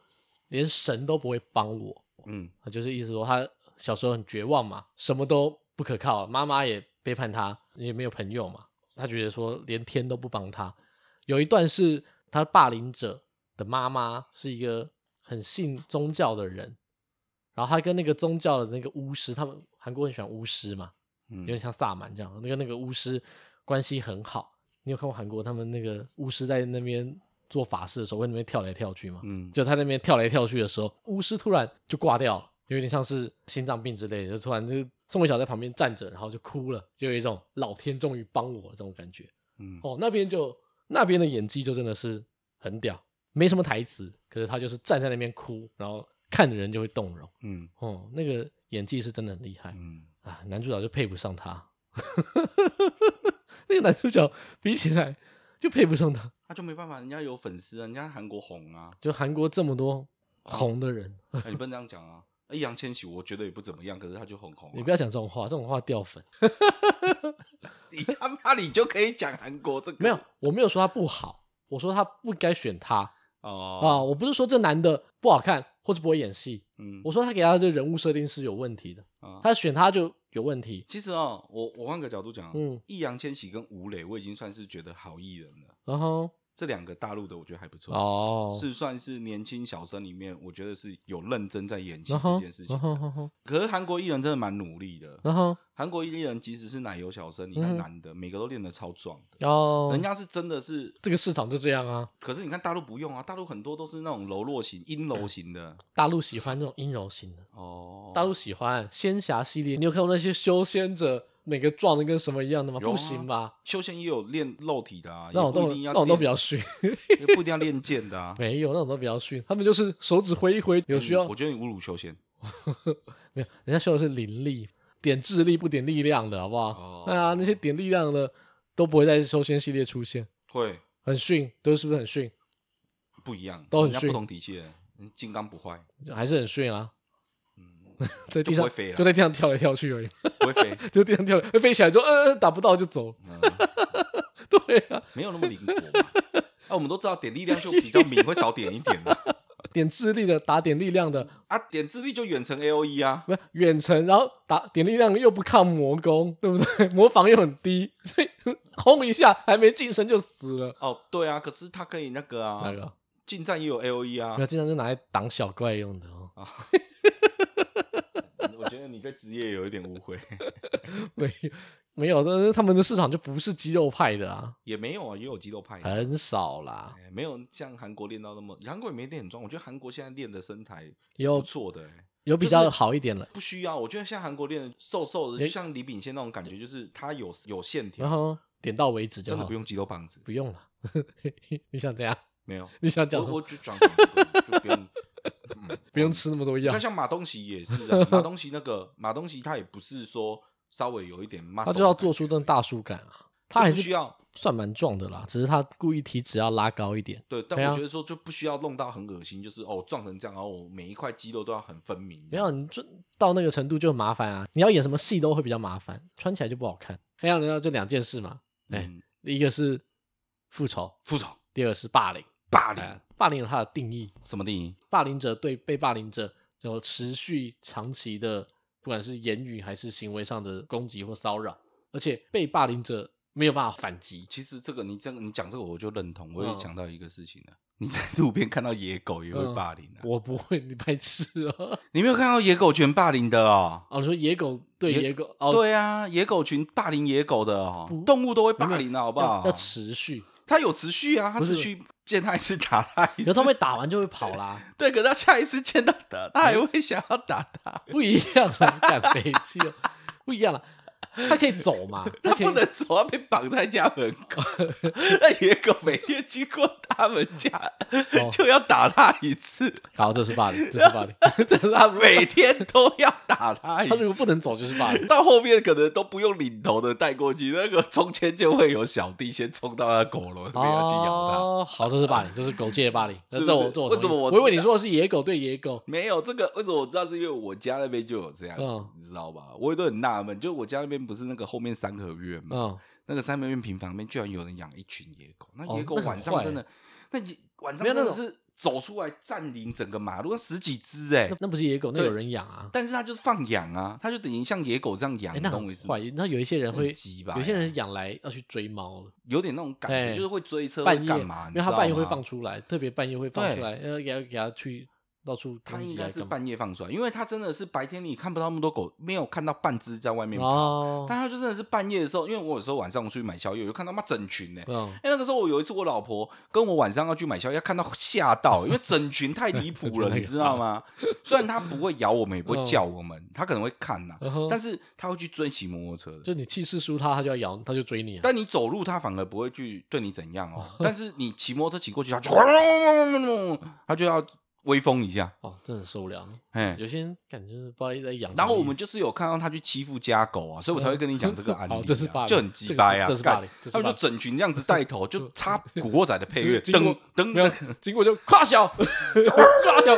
连神都不会帮我，
嗯，
她就是意思说她小时候很绝望嘛，什么都不可靠，妈妈也背叛她，也没有朋友嘛。她觉得说连天都不帮她。有一段是她霸凌者的妈妈是一个很信宗教的人，然后她跟那个宗教的那个巫师，他们韩国很喜欢巫师嘛，有
嗯
点像萨满这样，那个那个巫师关系很好。你有看过韩国他们那个巫师在那边做法事的时候，会那边跳来跳去吗？
嗯，
就他那边跳来跳去的时候，巫师突然就挂掉了，有点像是心脏病之类的，就突然就宋慧乔在旁边站着，然后就哭了，就有一种老天终于帮我这种感觉。
嗯
哦，那边就那边的演技就真的是很屌，没什么台词，可是他就是站在那边哭，然后看的人就会动容。
嗯
哦，那个演技是真的很厉害
嗯，
啊，男主角就配不上他。 那个男主角比起来就配不上他，
那就没办法，人家有粉丝啊，人家韩国 红啊，
就韩国这么多红的人，
哎你不能这样讲啊。哎易烊千玺我觉得也不怎么样，可是他就很红、啊。
你不要讲这种话，这种话掉粉。
你他妈你就可以讲韩国这个
没有，我没有说他不好，我说他不该选他啊、
哦，
我不是说这男的不好看或者不会演戏，
嗯，
我说他给他的人物设定是有问题的，
啊
他选他就有问题。
其实哦，我我换个角度讲，啊
嗯
嗯，易烊千玺跟吴磊，我已经算是觉得好艺人了。
然后
这两个大陆的我觉得还不错，
哦，
是算是年轻小生里面，我觉得是有认真在演戏
然后
这件事情
然。后然后
可是韩国艺人真的蛮努力的，
然后
韩国艺人即使是奶油小生，你
嗯哼
看男的每个都练得超壮的，
哦
人，家是真的是。
这个市场就这样啊，
可是你看大陆不用啊，大陆很多都是那种柔弱型、阴柔型的
大陆喜欢这种阴柔型的，
哦。
嗯大陆喜欢仙侠系列，你有看过那些修仙者每个壮的跟什么一样的吗？
有啊
不行吧，
修仙也有练肉体的啊，
那种
也不
都
一定要
那种都比较
练
逊，。
也不一定要练剑的啊
没有那种都比较逊，他们就是手指挥一挥，有需要
嗯我觉得你侮辱修仙。
没有，人家修的是灵力，点智力不点力量的，好不好
哦？
对啊，那些点力量的都不会在修仙系列出现，
会
很逊，都是不是很逊？
不一样，
都很
人家
逊
不同体系的，嗯金刚不坏，
还是很逊啊。 在地
嗯就不
上
会飞了
就在地上跳来跳去而已，
不 会飞，
就地上跳来飞起来之后，呃，打不到就走。
嗯
对啊，
没有那么灵活嘛。 啊，我们都知道点力量就比较敏，会少点一点的
点智力的打点力量的，
啊，点智力就远程 A O E 啊，
不是远程，然后打点力量又不抗魔攻，对不对？ 魔防又很低，所以轰一下还没近身就死了。
哦，对啊，可是他可以那个
那
啊，
个
近战也有 A O E 啊
没有，。经常是拿来挡小怪用的哦。
我觉得你对职业有一点误会，
没有没有，但是他们的市场就不是肌肉派的啊，
也没有啊，也有肌肉派的，
很少啦。
哎没有像韩国练到那么，韩国也没练很壮。我觉得韩国现在练的身材是
有
不错的、哎
有比较好一点了，
不需要。我觉得像韩国练的瘦瘦的，
也
就像李炳宪那种感觉，就是他有有线
然
条，
后点到为止就
真的
好，
不用肌肉棒子，
不用了。 你想怎样？
没有。
你想讲
我
什 么
我就讲就不用。 嗯
不用吃那么多
你
药
看，，像马东锡也是啊，马东锡那个马东锡他也不是说稍微有一点 muscle，
他就要
的感
做出
觉
这种大叔感啊。他
就
还
哎不需
是
要
算蛮壮的啦，只是他故意体脂要拉高一点。
对，但
对啊
我觉得说就不需要弄到很恶心，就是哦撞成这样，然后我每一块肌肉都要很分明。
没有，你就到那个程度就很麻烦啊！你要演什么戏都会比较麻烦，穿起来就不好看。黑暗荣耀就两件事嘛，哎、
嗯，
一个是复仇，
复仇
第二个是霸凌。
霸凌
哎霸凌有它的定义，
什么定义？
霸凌者对被霸凌者有持续长期的，不管是言语还是行为上的攻击或骚扰，而且被霸凌者没有办法反击。
其实这个你这个你讲这个我就认同，我
嗯
也想到一个事情了。你在路边看到野狗也
嗯
会霸凌啊？
我不会，你白痴哦！
你没有看到野狗群霸凌的哦？
哦，你说野狗对
野
野狗，哦，
对啊，野狗群霸凌野狗的哦，动物都会霸凌的啊好不
要
好？
要持续，
它有持续啊，它
不是
持续见他一次打他一
有时
次，
候被打完就会跑啦。
对，可是他下一次见到打，他还会想要打他，
不一样啊了，赶飞机了，哦 不一样了。 他可以走 嘛？
他
可以
不能走，他被绑在家门 口，那野狗每天经过他们家
哦
就要打他一次，
好，这是霸凌，这是霸凌， 这是他
每天都要打他一
他如
次。
果不能走就是霸 凌。
到后面可能都不用领头的带过去，那个中间就会有小弟先冲到他狗笼里面要去咬他。
哦，好，这是霸凌，这是狗界的霸凌。
是不
这我
是
这我
为什么
同意我
我
以为你
知道
说的是野狗对野狗？
没有这个，为什么我知道？是因为我家那边就有这样子，
嗯
你知道吧？我也都很纳闷，就我家那边不是那个后面三合院嘛，
嗯，
那个三合院平房里面居然有人养一群野狗，那
哦
野狗
那很
晚上
坏欸
真的，那野晚上
没有
真
那
的
种
是走出来占领整个马路，那十几只哎、
那那不是野狗，那
对
有人养啊。
但是它就是放养啊，它就等于像野狗这样养，
哎，
你
那
懂
很
我意思吗
坏。？你知道有一些人会
很啊鸡巴，
有些人养来要去追猫的，
有点那种感觉，
哎
就是会追车，
半
会
夜，
干嘛？
因为
你知
他
道
半夜会
吗
放出来，特别半夜会放出
啊对
来，要给他给他去到处
它
攻
应
击
该
来
是
干嘛？
半夜放出来，因为它真的是白天你看不到那么多狗，没有看到半只在外面跑。
哦，
但他就真的是半夜的时候，因为我有时候晚上我出去买宵夜，我就看到妈整群呢、欸。
嗯，
哎、那个时候我有一次，我老婆跟我晚上要去买宵夜，看到吓到，因为整群太离谱
整群
了，
太
你知道吗？虽然它不会咬我们，也不
嗯
会叫我们，它可能会看呐、
嗯哼
但是它会去追骑摩托车的。
就你气势输他，他就要咬，他就追你啊。
但你走路，它反而不会去对你怎样
嗯
哦。但是你骑摩托车骑过去，它就它就要威风一下，
哦，真的受不了。
哎。
有些人感觉是不知道在养什么意思。嗯
然后我们就是有看到它去欺负家狗啊，所以我才会跟你讲这个案例、啊
哦好，这是霸凌
就很鸡掰啊，
这是
干
霸凌，这是
他
霸
们
凌
就整群这样子带头，就 插古惑仔的配乐，
经过
噔噔
没有
噔，
经过就跨小， 跨小，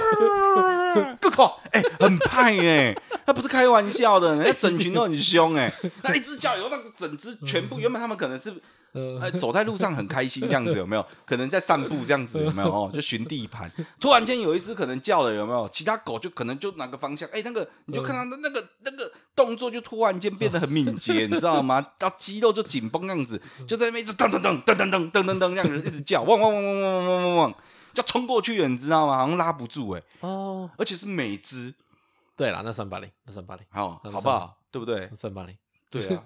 更跨。
哎，很派哎，那不是开玩笑的，人家整群都很凶哎，那一只叫以后，那整只全部原本他们可能是
呃
呃，走在路上很开心这样子，有没有？可能在散步这样子，有没有？哦，就寻地盘。突然间有一只可能叫了，有没有？其他狗就可能就哪个方向，哎、那个你就看到那那个那个动动作就突然间变得很敏捷，你知道吗？到肌肉就紧绷那样子，就在那边一直噔噔噔噔噔噔噔噔噔，那样子一直叫，汪汪汪汪汪汪汪汪，就冲过去了，你知道吗？好像拉不住哎、
哦，
而且是每只，
对了，那算八零，那算八零，
好，
很
好不
爽
好？对不对
那？算八零，
对 啊，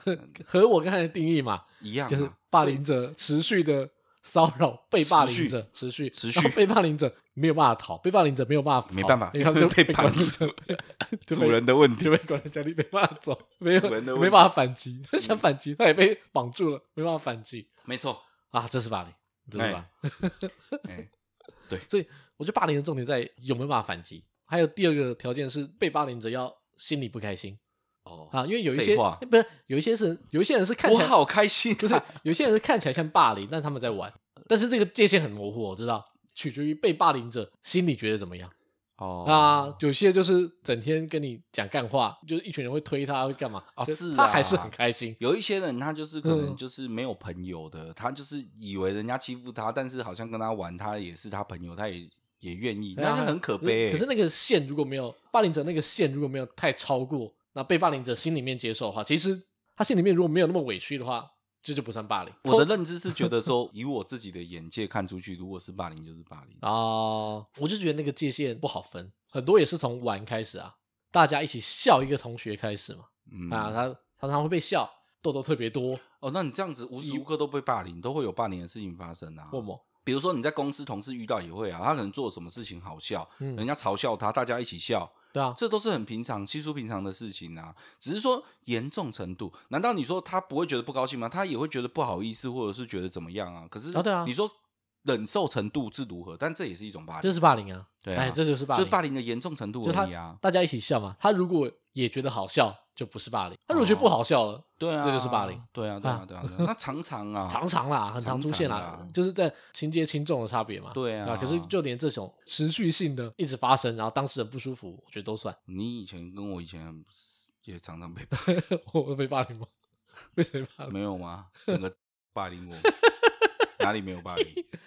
和我刚才的定义嘛，
一样、啊，
就是霸凌者持续的骚扰被霸凌者，持续
持续
然后被霸凌者没有办法逃，被霸凌者没有办法逃，
没办法
因为他们就
被
被
绑
关住， 就被
主人的问题
就被关在家里没办法走，没有
主人的问题嗯
没办法反击， 他想反击他也被绑住了，没办法反击
没错。
啊，这是霸凌，这是霸凌。
哎，
所以我觉得霸凌的重点在有没有办法反击，还有第二个条件是被霸凌者要心里不开心
哦，
啊，因为有一
废
些
话
不是有一些是有一些人是看起
我
来
好开心、啊，
不是有些人是看起来像霸凌，但他们在玩，但是这个界限很模糊，我知道，取决于被霸凌者心里觉得怎么样
哦
啊。有些就是整天跟你讲干话，就是一群人会推他，会干嘛
啊
就是他
啊
还是很开心。
有一些人他就是可能
嗯
就是没有朋友的，他就是以为人家欺负他，但是好像跟他玩，他也是他朋友，他也也愿意，
对啊
那就很可悲欸、
可是那个线如果没有霸凌者那个线如果没有太超过，那被霸凌者心里面接受的话，其实他心里面如果没有那么委屈的话，这就不算霸凌。
我的认知是觉 得说，以我自己的眼界看出去，如果是霸凌就是霸凌。
啊、
哦
我就觉得那个界限不好分，很多也是从玩开始啊，大家一起笑一个同学开始嘛。
嗯
啊，他常常会被笑，痘痘特别多，
哦，那你这样子无时无刻都被霸凌，都会有霸凌的事情发生啊。
或某
比如说你在公司同事遇到也会啊，他可能做什么事情好笑，
嗯
人家嘲笑他，大家一起笑，
对啊，
这都是很平常、稀疏平常的事情啊，只是说严重程度。难道你说他不会觉得不高兴吗？他也会觉得不好意思，或者是觉得怎么样啊？可是
啊对啊
你说忍受程度是如何？但这也是一种霸凌，
这是霸凌啊，
对啊
哎，这就是霸
就
凌，
是霸凌的严重程度
就他
而已啊。
大家一起笑嘛，他如果也觉得好笑，就不是霸凌；
哦
他如果觉得不好笑了，
对啊，
这就是霸凌。
对啊，对啊
啊，
对啊，对啊那常常啊，
常常啦，很常出现
常
啦
常啦，
就是在情节轻重的差别嘛，
对啊
啊，可是就连这种持续性的一直发生，然后当事人不舒服，我觉得都算，
你以前跟我以前很也常常被霸
我我被霸凌吗？ 被谁霸凌？
没有吗？整个霸 凌我，哪里没有霸凌？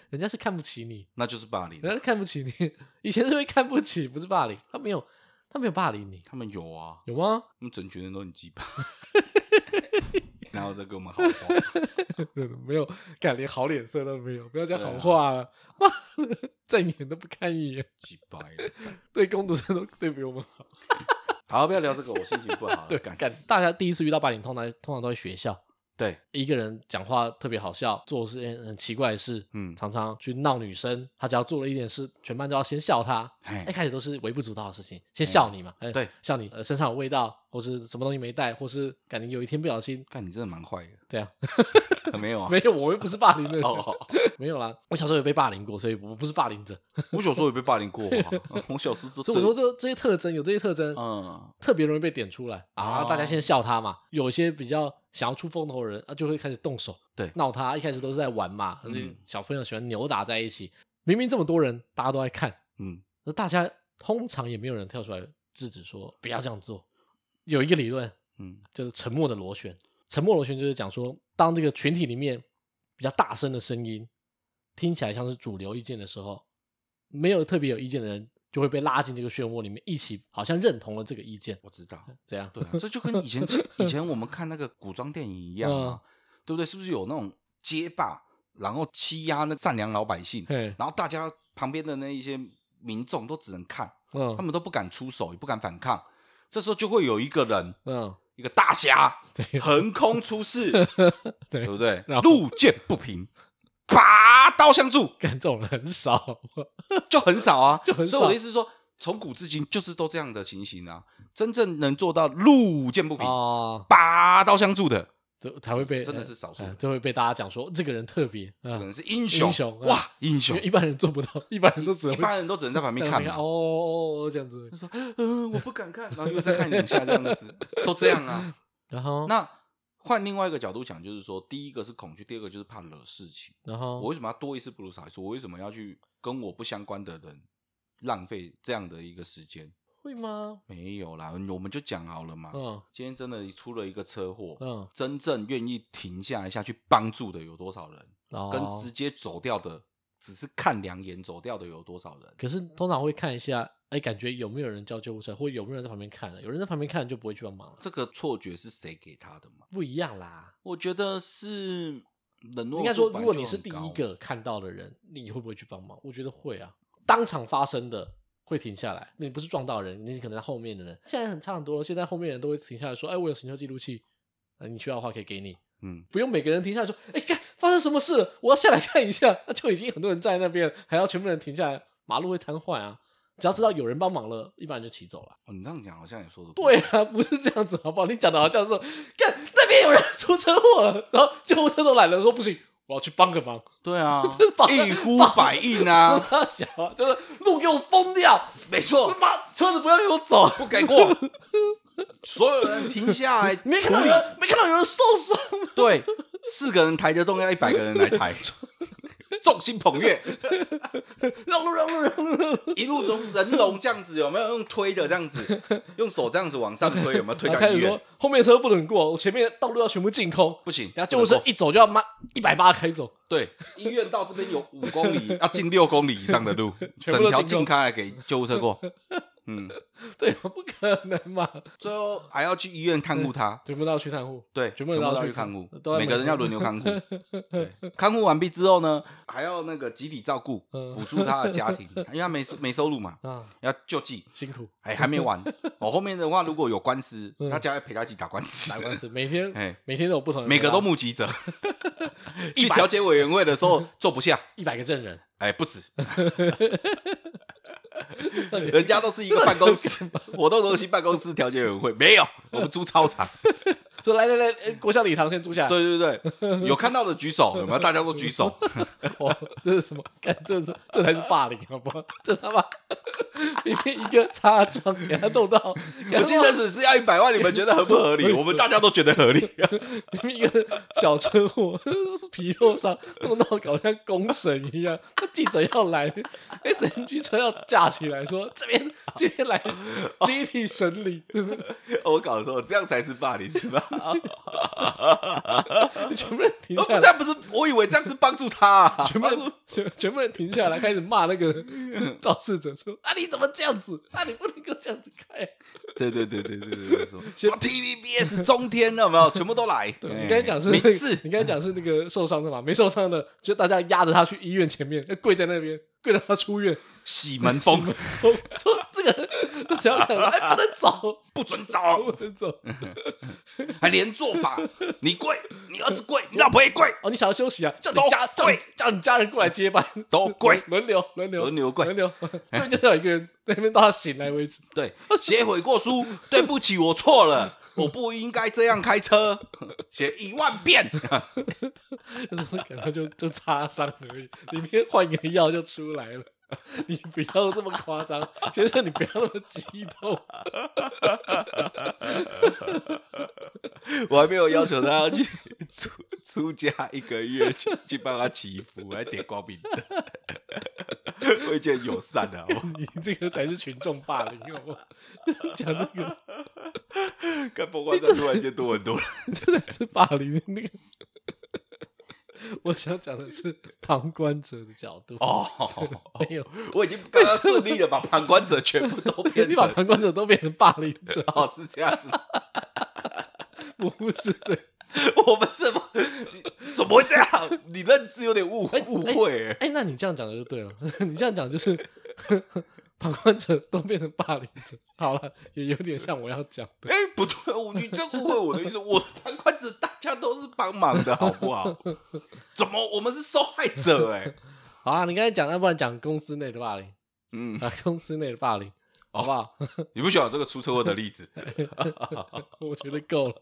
人家是看不起你，
那就是霸凌
人。家是看不起你， 以前是会看不起，不是霸凌，他没有，他没有霸凌你，
他们有啊，
有吗？
他们整群人都很鸡巴，然后再给我们好话。
对没有，敢连好脸色都没有，不要讲
对
好
啊
话了， 妈的，正眼都不看一眼，
几百了。
对工读生都对比我们好。
好，不要聊这个，我心情不好了。
对，
干
敢大家第一次遇到霸凌，通常通常都在学校，
对，
一个人讲话特别好笑，做事很很奇怪的事，
嗯
常常去闹女生，他只要做了一点事，全班都要先笑他。一
哎，
开始都是微不足道的事情，先笑你嘛，哎
对，
笑你呃身上有味道，或是什么东西没带，或是感觉有一天不小心
干你真的蛮坏的
这样，
啊，没有啊？
没有，我又不是霸凌的人，
哦，
没有啦，我小时候也被霸凌过，所以我不是霸凌者。
我小时候也被霸凌过啊，我小时候
所以我说这这些特征有这些特征，
嗯，
特别容易被点出来啊！
哦
大家先笑他嘛，有一些比较想要出风头的人啊，就会开始动手，
对
闹他。一开始都是在玩嘛，可
嗯
是小朋友喜欢扭打在一起，明明这么多人，大家都在看，
嗯，
那大家通常也没有人跳出来制止说不要这样做。有一个理论
嗯，
就是沉默的螺旋，沉默螺旋就是讲说，当这个群体里面比较大声的声音听起来像是主流意见的时候，没有特别有意见的人就会被拉进这个漩涡里面，一起好像认同了这个意见。
我知道，
这样
对啊，这就跟以前以前我们看那个古装电影一样
嗯
啊，对不对？是不是有那种街霸，然后欺压那善良老百姓，
嘿，
然后大家旁边的那一些民众都只能看，他
嗯
们都不敢出手，也不敢反抗。这时候就会有一个人，
嗯，
一个大侠
对
横空出世，
对
对，不对
然后？
路见不平，拔刀相助，
干这种人很少，
就很少啊，
就很少
所以我的意思是说，从古至今就是都这样的情形啊。真正能做到路见不平，
哦，
拔刀相助的，
就才会被
真的是少数
呃就会被大家讲说这个人特别，
可
嗯
能是英雄
英雄嗯
哇，英
因
雄
为。一般人做不到， 一般人都只
一
会
般人都只能在旁边
在
看
那边
嘛
哦，哦哦这样子
就。说嗯，我不敢看，然后又再看两下这样子，都这样啊。
然后，
那换另外一个角度讲，就是说，第一个是恐惧，第二个就是怕惹事情。
然
我
后，
为什么要多一事不如少一事？我为什么要去跟我不相关的人浪费这样的一个时间？
会吗？
没有啦，我们就讲好了嘛。
嗯
今天真的出了一个车祸，
嗯，
真正愿意停下来下去帮助的有多少人？
然后
跟直接走掉的，只是看两眼走掉的有多少人？
可是通常会看一下哎，感觉有没有人叫救护车，或有没有人在旁边看了？啊有人在旁边看就不会去帮忙了，
这个错觉是谁给他的嘛？
不一样啦。
我觉得是冷落。
应该说，如果你是第一，个看到的人，你会不会去帮忙？我觉得会啊，当场发生的会停下来。你不是撞到人，你可能在后面的人。现在很差很多了，现在后面的人都会停下来说：“哎，我有行车记录器，呃你需要的话可以给你。”
嗯，
不用每个人停下来说：“哎，看发生什么事了？我要下来看一下。”那就已经很多人站在那边了，还要全部人停下来，马路会瘫痪啊！只要知道有人帮忙了，一般人就骑走了。
哦你这样讲好像也说得过
对，啊，不是这样子，好不好？你讲的好像说，看那边有人出车祸了，然后救护车都来了，说不行，我要去帮个忙。
对啊
绑，
一呼百 应啊，
他想啊，就是路给我封掉，
没错
他，妈车子不要给我走。
不给过，所有人停下来处
没看到有
理。
人，没看到有人受伤吗？
对，四个人抬得动，要一百个人来抬， 众星捧月，
让路，让路，让路！
一路从人龙这样子，有没有用推的这样子，用手这样子往上推，有没有推
然后啊
到
开
医
始
院
说？后面的车不能过，我前面道路要全部净空。
不行，
然后救护车
不能过
一走就要慢一百八开走，
对医院到这边有五 公里，要进六公里以上的路，
全部
整
都
条
进
禁开来给救护车过。嗯，
对啊，不可能 嘛！
最后还要去医院看护他，
全部都要去看护，
对，
全
全
部
部
人
都
都要
要
去
去看
看
护
都要，
每个
每
人
个
要
人
轮流看护。 对， 看护完毕之后呢，还要那个集体照顾，
嗯
辅助他的家 庭，因为他没收没收入嘛，
啊，
要救济。
辛苦，
哎，还没 完，我、后面的话如果有官司
嗯，
他就要陪他一起打官司
打。官司，每天
哎，
每天都有不同的人来啊
每个
拉，
都目击 者，
一
去
百
调解委员会的时候坐不下，
一百个证人，
哎，不 止，人家都是一个办公室，我都是去办公室调解委员会，没有，我们租操 场。
说来来来，呃国校礼堂先住下来。
对对对，有看到的举手，有没有？大家都举手。
哇，这是什么？干，这是这才是霸凌，好不好？这他妈 明明一个擦窗给他弄到，给他
我
弄
精神损失要一百万，你们觉得合不合理？我们大家都觉得合理。
到明明一个小车祸， 皮肉伤，弄到搞得像公审一样。那记者要来，S N G 车要架起来说，这边今天来集体审理，
我搞错，这样才是霸凌是吧？
全部人停
哦
下
这
来。
样不是，我以为这样是帮助他啊。
全部人全全部人停下来，开始骂那个
嗯
肇事者说：“啊，你怎么这样子？啊，你不能够这样子开、
对对对对对对对，说什么 PVBS 中天有没有？全部都来。
对，
哎
你刚才讲是那
民
个
事，
你刚才讲是那个受伤的嘛？没受伤的，就大家压着他去医院前面，要跪在那边，跪到他出院。
喜 门风
说说这个人，只要看，哎，不能 走，
不准找，
不能走。
还连做法，你跪，你儿子跪，你老婆也跪，
哦，你想要休息啊？叫你
都
家叫你
跪
叫你家人过来接班，
都 跪，
轮流轮流
轮流跪
轮流，这就要一个人在那边到他醒来为止。
对，写悔过书，对不起，我错了。我不应该这样开车，写一万遍，
可能就 就擦伤而已，里面换个药就出来了。你不要这么夸张， 先生，你不要那么激动。
我还没有要求他要去 出出家一个月去去帮他祈福，还点光明灯， 我已经很友善了。我
你这个才是群众霸凌，好不 好？讲那个
看风花山突然间多很 多人，
真的是霸凌那个。我想讲的是旁观者的角度，
哦，
没有，
我已经刚刚顺利的把旁观者全部都变
你把
成
旁观者都变成霸凌者，
哦，是这样子吗，
不是这样。
我们是吗？你怎么会这样？你认知有点误
哎
误会、欸
哎、那你这样讲的就对了， 你这样讲就是 旁观者都变成霸凌者。好了，也有点像我要讲的。
哎、不对，我你这误会我的意思。我的旁观者大家都是帮忙的，好 不好？怎么我们是受害者、哎，
好啊，你刚才讲，要不然讲公司内的霸凌
嗯，
啊，公司内的霸凌，好不好？
你不喜欢这个出车祸的例 子？哦
我觉得够了。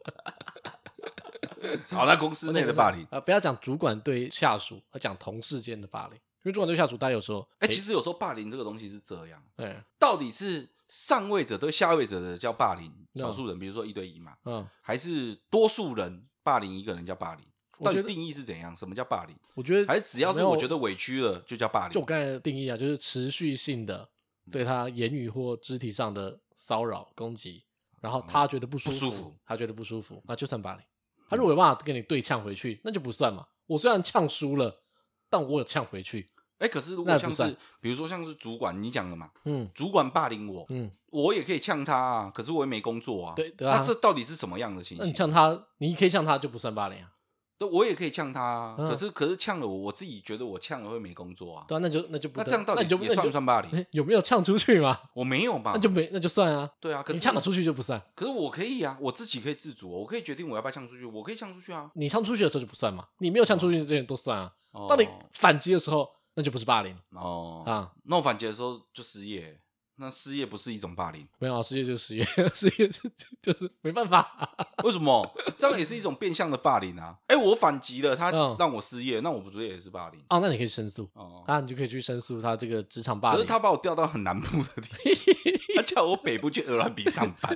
好，那公司内的霸凌
啊、，不要讲主管对下属，要讲同事间的霸凌，因为主管对下属，他有时候，
哎、其实有时候霸凌这个东西是这样，
哎、
到底是上位者对下位者的叫霸凌，
嗯
少数人比如说一对一嘛，
嗯，
还是多数人霸凌一个人叫霸凌？
我
到
觉
底
得
定义是怎样？什么叫霸凌？
我觉得
还是只要是
没有
我觉得委屈了就叫霸
就我
凌？
刚才的定义啊，就是持续性的
嗯
对他言语或肢体上的骚扰攻击，然后他觉得不舒服，
哦不舒服嗯
他觉得不舒服，那就算霸凌。他如果有办法跟你对呛回去，那就不算嘛。我虽然呛输了，但我有呛回去，
哎、可是如
那
果
不
像
算
是比如说像是主管你讲的嘛，
嗯
主管霸凌我，
嗯，
我也可以呛他啊，可是我也没工作啊。
对对啊
那这到底是什么样的情
那你
形？
像他，你可以像他就不算霸凌啊，
对，我也可以呛他啊，
嗯
可是可是呛了我，我自己觉得我呛了会没工作啊。
对啊，那就那就不
那
得
这样到
那
底
你就
也算不
那
算霸
你就
凌？
哎 有没有呛出去嘛？
我没有吧
那？就没那就算啊，
对啊，可
你
是
呛了出去就不算，
可是我可以啊，我自己可以自主哦，我可以决定我要不要呛出去，我可以呛出去啊。
你呛出去的时候就不算嘛，你没有呛出去的这些都算啊。
哦
到你反击的时候，那就不是霸凌
哦，
啊，
那我反击的时候就失业，那失业不是一种霸凌？
没有啊失业就是失业， 失业是就是没办法，啊
为什么？这样也是一种变相的霸凌啊！哎、我反击了，他
嗯
让我失业，那我不是也是霸凌？
哦，那你可以申诉
哦，
啊，你就可以去申诉他这个职场霸
可是
凌。
他把我调到很南部的地 方，他叫我北部去鹅銮比上班，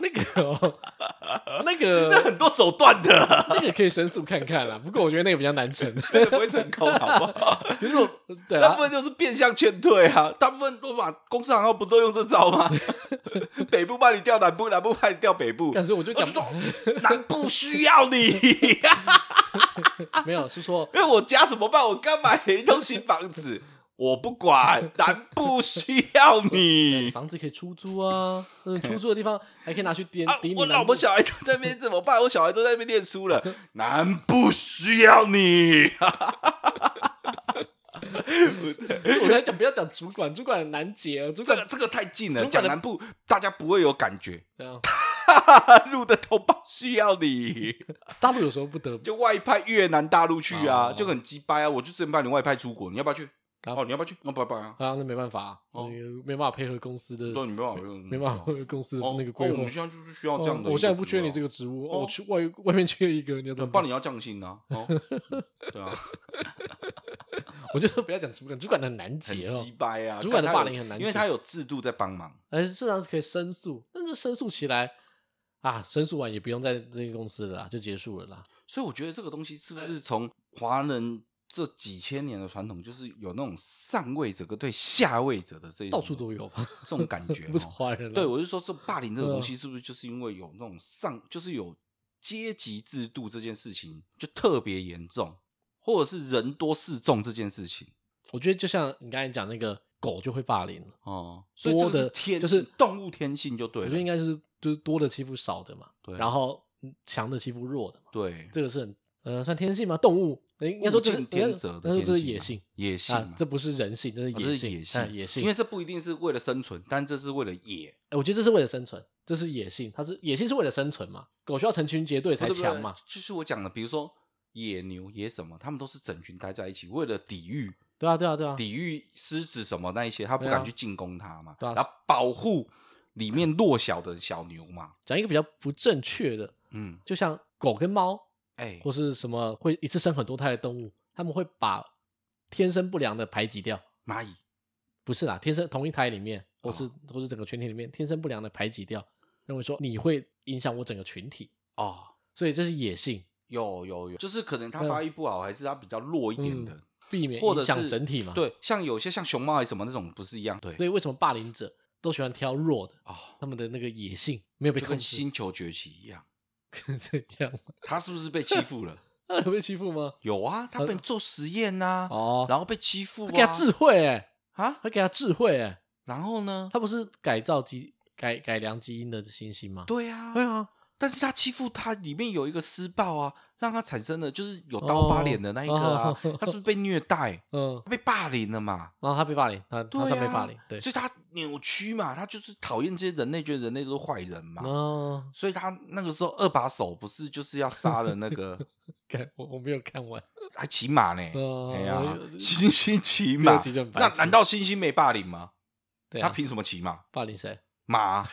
那个、哦、那
那
个
很多手段的 啊，
那个可以申诉看看啦，不过我觉得那个比较难 成。
那个不会成功，好不好？
比如 说，对
大
啊
部，分就是变相劝退 啊，大部分都把公司行号不都用这招吗？北部把你调南部，南部把你调北部，
但是我就
我
讲
就说南部需要 你，啊
没有是说
因为我家怎么办？我刚买一栋新房子，我不管，南部需要你。
房子可以出租啊，嗯，出租的地方还可以拿去抵
啊
抵你、！
我老婆小孩都在那边怎么办？我小孩都在那边 念书了，南部需要你。
我在讲不要讲主管，主管很难解哦，主
这
管
个这个太近了，
主管
讲
的
南部大家不会有感 觉。
这样。
哈哈，路的头巴需要你，
大陆有时候不得不，
就外派越南大陆去啊，
哦
就很鸡掰啊！我就真把你外派出国，你要不要去？
啊
哦，你要不要去？那不要不要啊！
啊，那没办法、啊，
哦
嗯没办法配合公司的，
对，你没办法，嗯
没办法配 合公司的
哦。
那个规
哦
划。
我们现在就是需要这样的一
哦
个职务啊。
我现在不缺你这个
个，
职务，
哦嗯
哦、我去外外面缺一个，你要怎么
不
办
然？你要降薪啊！ 哦，对啊，
我就说不要讲主管，主管很难
很
解哦。
鸡掰啊！
主管的
干他有
霸凌很难
因为
解
他有制度在帮忙。
哎，市场可以申诉，但是申诉起来啊，申诉完也不用在这个公司了啦，就结束了啦。
所以我觉得这个东西是不是从华人这几千年的传统，就是有那种上位者跟对下位者的这一种
到处都有吧，
这种感 觉
不是
哦
华人了。
对，我是说这霸凌这个东
嗯
西，是不是就是因为有那种上，就是有阶级制度这件事情就特别严重，或者是人多势众这件事情
我觉得就像你刚才讲那个狗就会霸凌，
哦、所以这
多
个
的
是天
就
性，
是
动物天性就
我
对
觉得应
了，
该就是就是多的欺负少的嘛，
对
然后嗯强的欺负弱的嘛，
对，
这个是很呃算天性吗？动物呃应该说这是
物竞
应该
天择的
应该说这是
天性
野性
嘛野性
啊
嘛，，
这不是人性，这是
哦
野
是
性，
野
哎
性，
野性。
因为这不一定是为了生存，但这是为了野。
哎我觉得这是为了生存，这是野性，它是野性是为了生存嘛，狗需要成群结队才
不是不是
强嘛，
就是我讲的，比如说野牛、野什么，他们都是整群待在一起，为了抵御、
对啊对啊对啊，
抵御狮子什么那一些，他不
对啊
敢去进攻它嘛，
对啊
然后保护里面弱小的小牛嘛。
讲一个比较不正确的，
嗯，
就像狗跟猫
哎、
或是什么会一次生很多胎的动物，他们会把天生不良的排挤掉。
蚂蚁
不是啦，天生同一胎里面，或
哦
是、或是整个群体里面，天生不良的排挤掉，认为说你会影响我整个群体，
哦，
所以这是野性，
有有有，就是可能它
嗯
发育不好，还是它比较弱一点的，
嗯啊避免
或
影
者
响
是
整体嘛。，
对，像有些像熊猫还是什么那种，不是一样？对
所以为什么霸凌者都喜欢挑弱的，
哦，
他们的那个野性没有被
就
控
跟
制，
星球崛起一样，
这样吗？
它是不是被欺负了？
那有被欺负吗？
有啊，它被做实验呐、
呃哦，
啊然后被欺负
他
啊，
给他智慧哎、
啊，
他给他智慧哎、
然后呢？
他不是改造基改改良基因的猩猩吗？
对啊，
对啊，
但是他欺负他里面有一个施暴啊，让他产生了就是有刀疤脸的那一个啊，
哦哦
他是不是被虐待、
嗯，
被霸凌了嘛？
然后他被霸凌，他、
对
他算被
啊
霸凌，对，
所以他扭曲嘛，他就是讨厌这些人类，觉得人类都是坏人嘛。
哦，
所以他那个时候二把手不是就是要杀了那 个
看我我没有看完，
还骑马呢？
哦
哎呀
我，
猩猩骑
第二
马
集就很，白
那
痴
难道猩猩没霸凌吗？
对
他
啊，
凭什么骑马？
霸凌谁？
马，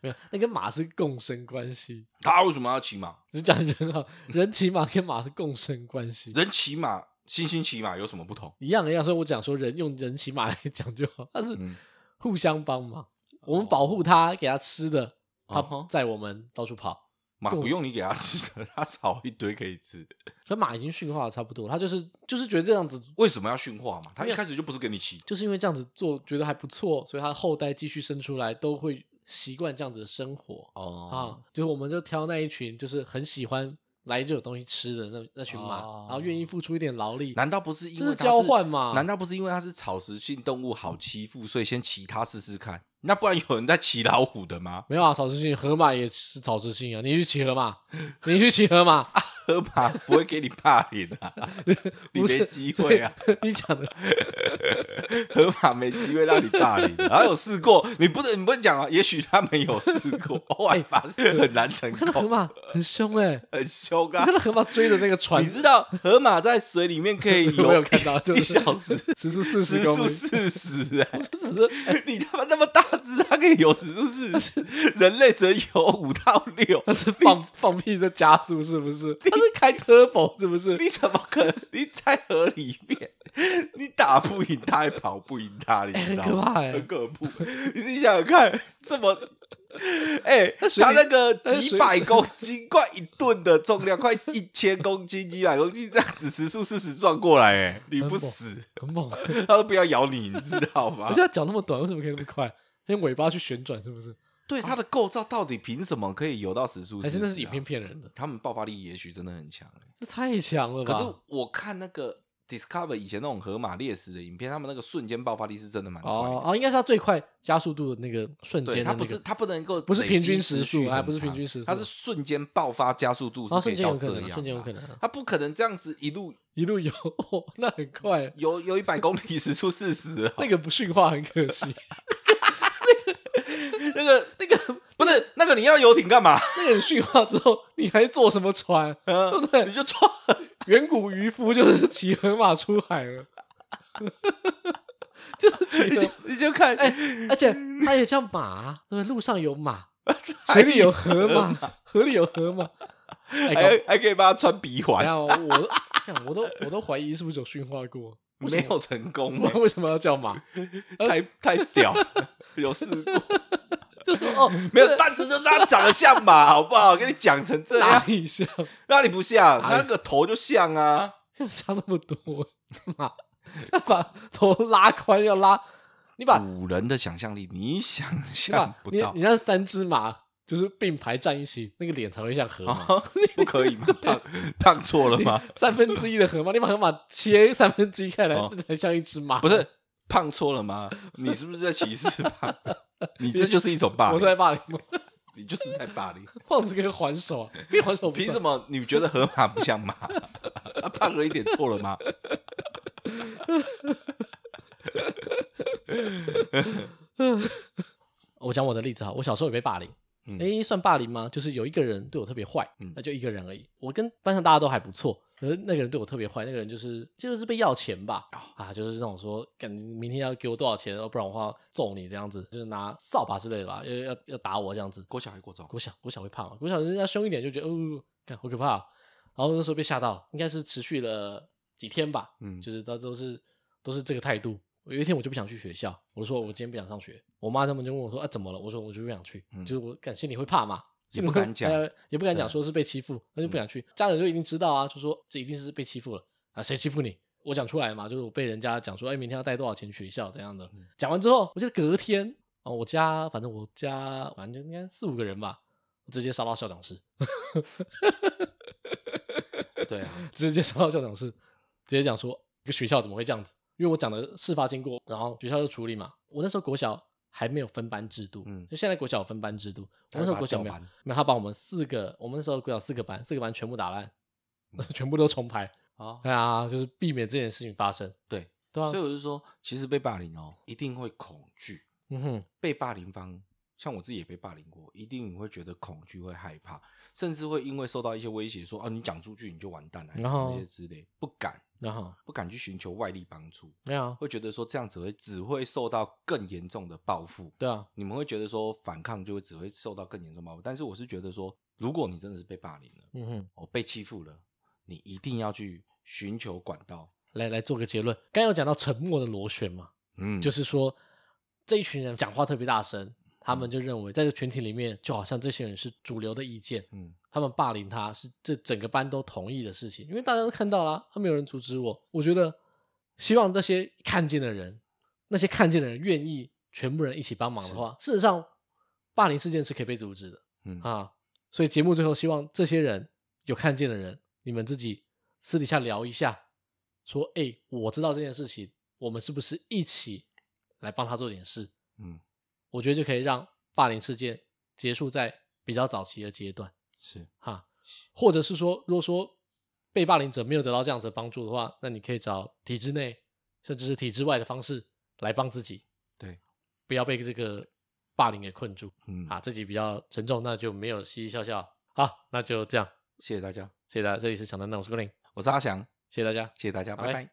没有，那跟马是共生关系。
他为什么要骑马？
只讲人啊，人骑马跟马是共生关系，
人骑马，猩猩骑马有什么不同？
一样一样。所以我讲说人用人骑马来讲就好，它是
嗯
互相帮忙。我们
哦
保护它，给它吃的，它
嗯哼
载我们到处跑。
马
对
不用你给他吃的，他少一堆可以吃。
可马已经驯化的差不多，它就是就是觉得这样子，
为什么要驯化嘛？他一开始就不是给你骑，
就是因为这样子做觉得还不错，所以它后代继续生出来都会习惯这样子的生活。
哦
啊，就是我们就挑那一群，就是很喜欢来就有东西吃的那那群马，
哦
然后愿意付出一点劳力，
难道不是因
这
为
是
它
交换嘛？
难道不是因为它是草食性动物好欺负，所以先骑它试试看？那不然有人在骑老虎的吗？
没有啊，草食性河马也是草食性啊，你去骑河马，你去骑河马，
河马不会给你霸凌 啊，你
不是
没机 会啊，！
你讲的
河马没机会让你霸凌。然后有试过，你不能你不能讲啊，也许他们有试 过，后
哎
来发现很难成
看到河
功，
马很凶哎、
很凶
你
啊
看。到河马追的那个船，
你知道河马在水里面可以
我有
游
看到，就
一
是
小时
时速四
时
十公
速
里，
四十，哎，
只是
你他妈那么大只，它可以游时速 四十，人类只能游五到六，
它是放放屁在加速是不是？它是开 turbo 是不是？
你怎么可能？你在河里面， 你打不赢他，也跑不赢他，你知道
很可
吗？
怕欸
很可怖。你自己想想看，这么，哎、
那水里
他那个
那水
几百公斤，快一吨的 重量，快一千公斤、几百公斤，这样子时速四十撞过来、哎，你不
很猛
死，
哎很猛，
他都不要咬你，你知道吗
而且？它脚那么短，为什么可以那么快？用尾巴去旋转是不是？
对，它的构造到底凭什么可以游到时速、啊？
还是那是影片骗人哦哎的？
他们爆发力也许真的很强、哎
这太强了吧！
可是我看那个 Discover 以前那种河马猎食的影片，他们那个瞬间爆发力是真的蛮快的。
哦哦，应该是它最快加速度的那个瞬间的
对，它
那
不是
个，
它不能够
不是
累
平
积
均
时
时
序
速哎
很
不是平
长
均时
它
速
是瞬间爆发加速度
然后
是
瞬
可以
间
到
有可
这
能啊，
样，
瞬间有可。能啊，
它不可能这样子一路
一路游，哦那很快，
游游一百公里时速四十、 哦，
那个不驯化很可惜，
那个那个 不是那个你要游艇干嘛？
那个你驯化之后，你还坐什么船？ 对不对
你就撞，
远古渔夫就是骑河马出海了， 就是骑
你就
着，
你就看，
哎、而且它也叫马啊，对不对，路上有马，水里有河马，河里有河 马，哎、搞
还还可以帮他穿
等
鼻
一
环，
下哦，我都看我都我都怀疑是不是有驯化过，为什
没
么
有成功欸
我，为什么要叫马？ 呃
太 太屌了，有试过。
就说哦，
没有，但是就是他长得像马，好不好？跟你讲成这
哪
样，
里像？
那你不像，
哪
他
里
那个头就像啊。
差那么多，马要把头拉宽，要拉，你把
古人的想象力，你嗯 想
你
象
把
不
你
到
你，让三只马就是并排站一起，那个脸才会像河马。
啊不可以吗？ 胖胖错了吗？
三分之一的河马，你把河马切三分之一开来，
哦
那才像一只马。
不是胖错了吗？你是不是在歧视胖？你这就是一种霸
我
凌，
在霸凌吗？
你就是在霸凌。
胖子可以还手啊，可以还手不算，
凭什么你觉得河马不像马？啊胖了一点错了吗？
我讲我的例子哈，我小时候也被霸凌。哎、
嗯
算霸凌吗？就是有一个人对我特别坏，
嗯
那就一个人而已。我跟班上大家都还不错，可是那个人对我特别坏，那个人就是就是被要钱吧，
哦
啊，就是那种说，感明天要给我多少钱，要不然的话揍你这样子，就是拿扫把之类的吧，要要要打我这样子。
郭小还郭总，
国小国小会怕嘛？国小人家凶一点就觉得哦，看好可怕、然后那时候被吓到，应该是持续了几天吧，
嗯，
就是他都是都是这个态度。有一天我就不想去学校，我就说我今天不想上学。我妈他们就问我说啊怎么了？我说我就不想去，
嗯
就是我感心里会怕嘛，
也
心里
不
会
敢 讲
呃也不敢讲
对嗯
说是被欺负，那就不想去。家人就一定知道啊，就说这一定是被欺负了啊，谁欺负你？我讲出来嘛，就是我被人家讲说，哎，明天要带多少钱去学校怎样的。
嗯
讲完之后，我记得隔天啊，我家反正我家反正应该四五个人吧，直接杀到校长室，
对啊，
直接杀到校长室，直接讲说这个学校怎么会这样子？因为我讲的事发经过，然后学校就处理嘛。我那时候国小还没有分班制度，
嗯
就现在国小有分班制度，我那时候国小没有
他会把它调班，
没有他把我们四个，我们那时候国小四个班，四个班全部打烂，
嗯
全部都重排，
啊，
对啊，就是避免这件事情发生，
对，
对啊
所以，我就说，其实被霸凌哦，一定会恐惧。
嗯哼，
被霸凌方，像我自己也被霸凌过，一定会觉得恐惧、会害怕，甚至会因为受到一些威胁，说啊，你讲出去你就完蛋了，还是
然后
那些之类，不敢，
然后
不敢去寻求外力帮助，
没有啊，
会觉得说这样只会只会受到更严重的报复。
对啊，
你们会觉得说反抗就会只会受到更严重的报复，但是我是觉得说，如果你真的是被霸凌了，
嗯哼，
哦，被欺负了，你一定要去寻求管道。
来来做个结论，刚有讲到沉默的螺旋嘛，
嗯，
就是说这一群人讲话特别大声，他们就认为在这个群体里面，就好像这些人是主流的意见，
嗯，
他们霸凌他是这整个班都同意的事情，因为大家都看到了，他没有人阻止我。我觉得希望那些看见的人，那些看见的人愿意全部人一起帮忙的话，事实上霸凌事件是可以被阻止的。
嗯
啊，所以节目最后希望这些人有看见的人，你们自己私底下聊一下，说，哎、我知道这件事情，我们是不是一起来帮他做点事？
嗯，
我觉得就可以让霸凌事件结束在比较早期的阶段。
是
哈，或者是说，如果说被霸凌者没有得到这样子的帮助的话，那你可以找体制内甚至是体制外的方式来帮自己，
对，
不要被这个霸凌给困住
嗯，
啊。这集比较沉重，那就没有嘻嘻笑笑。好，那就这样，
谢谢大家，
谢谢大家，这里是小丹丹，我是郭林，
我是阿翔，
谢谢大家。
谢谢大家，
好
拜
嘞
拜。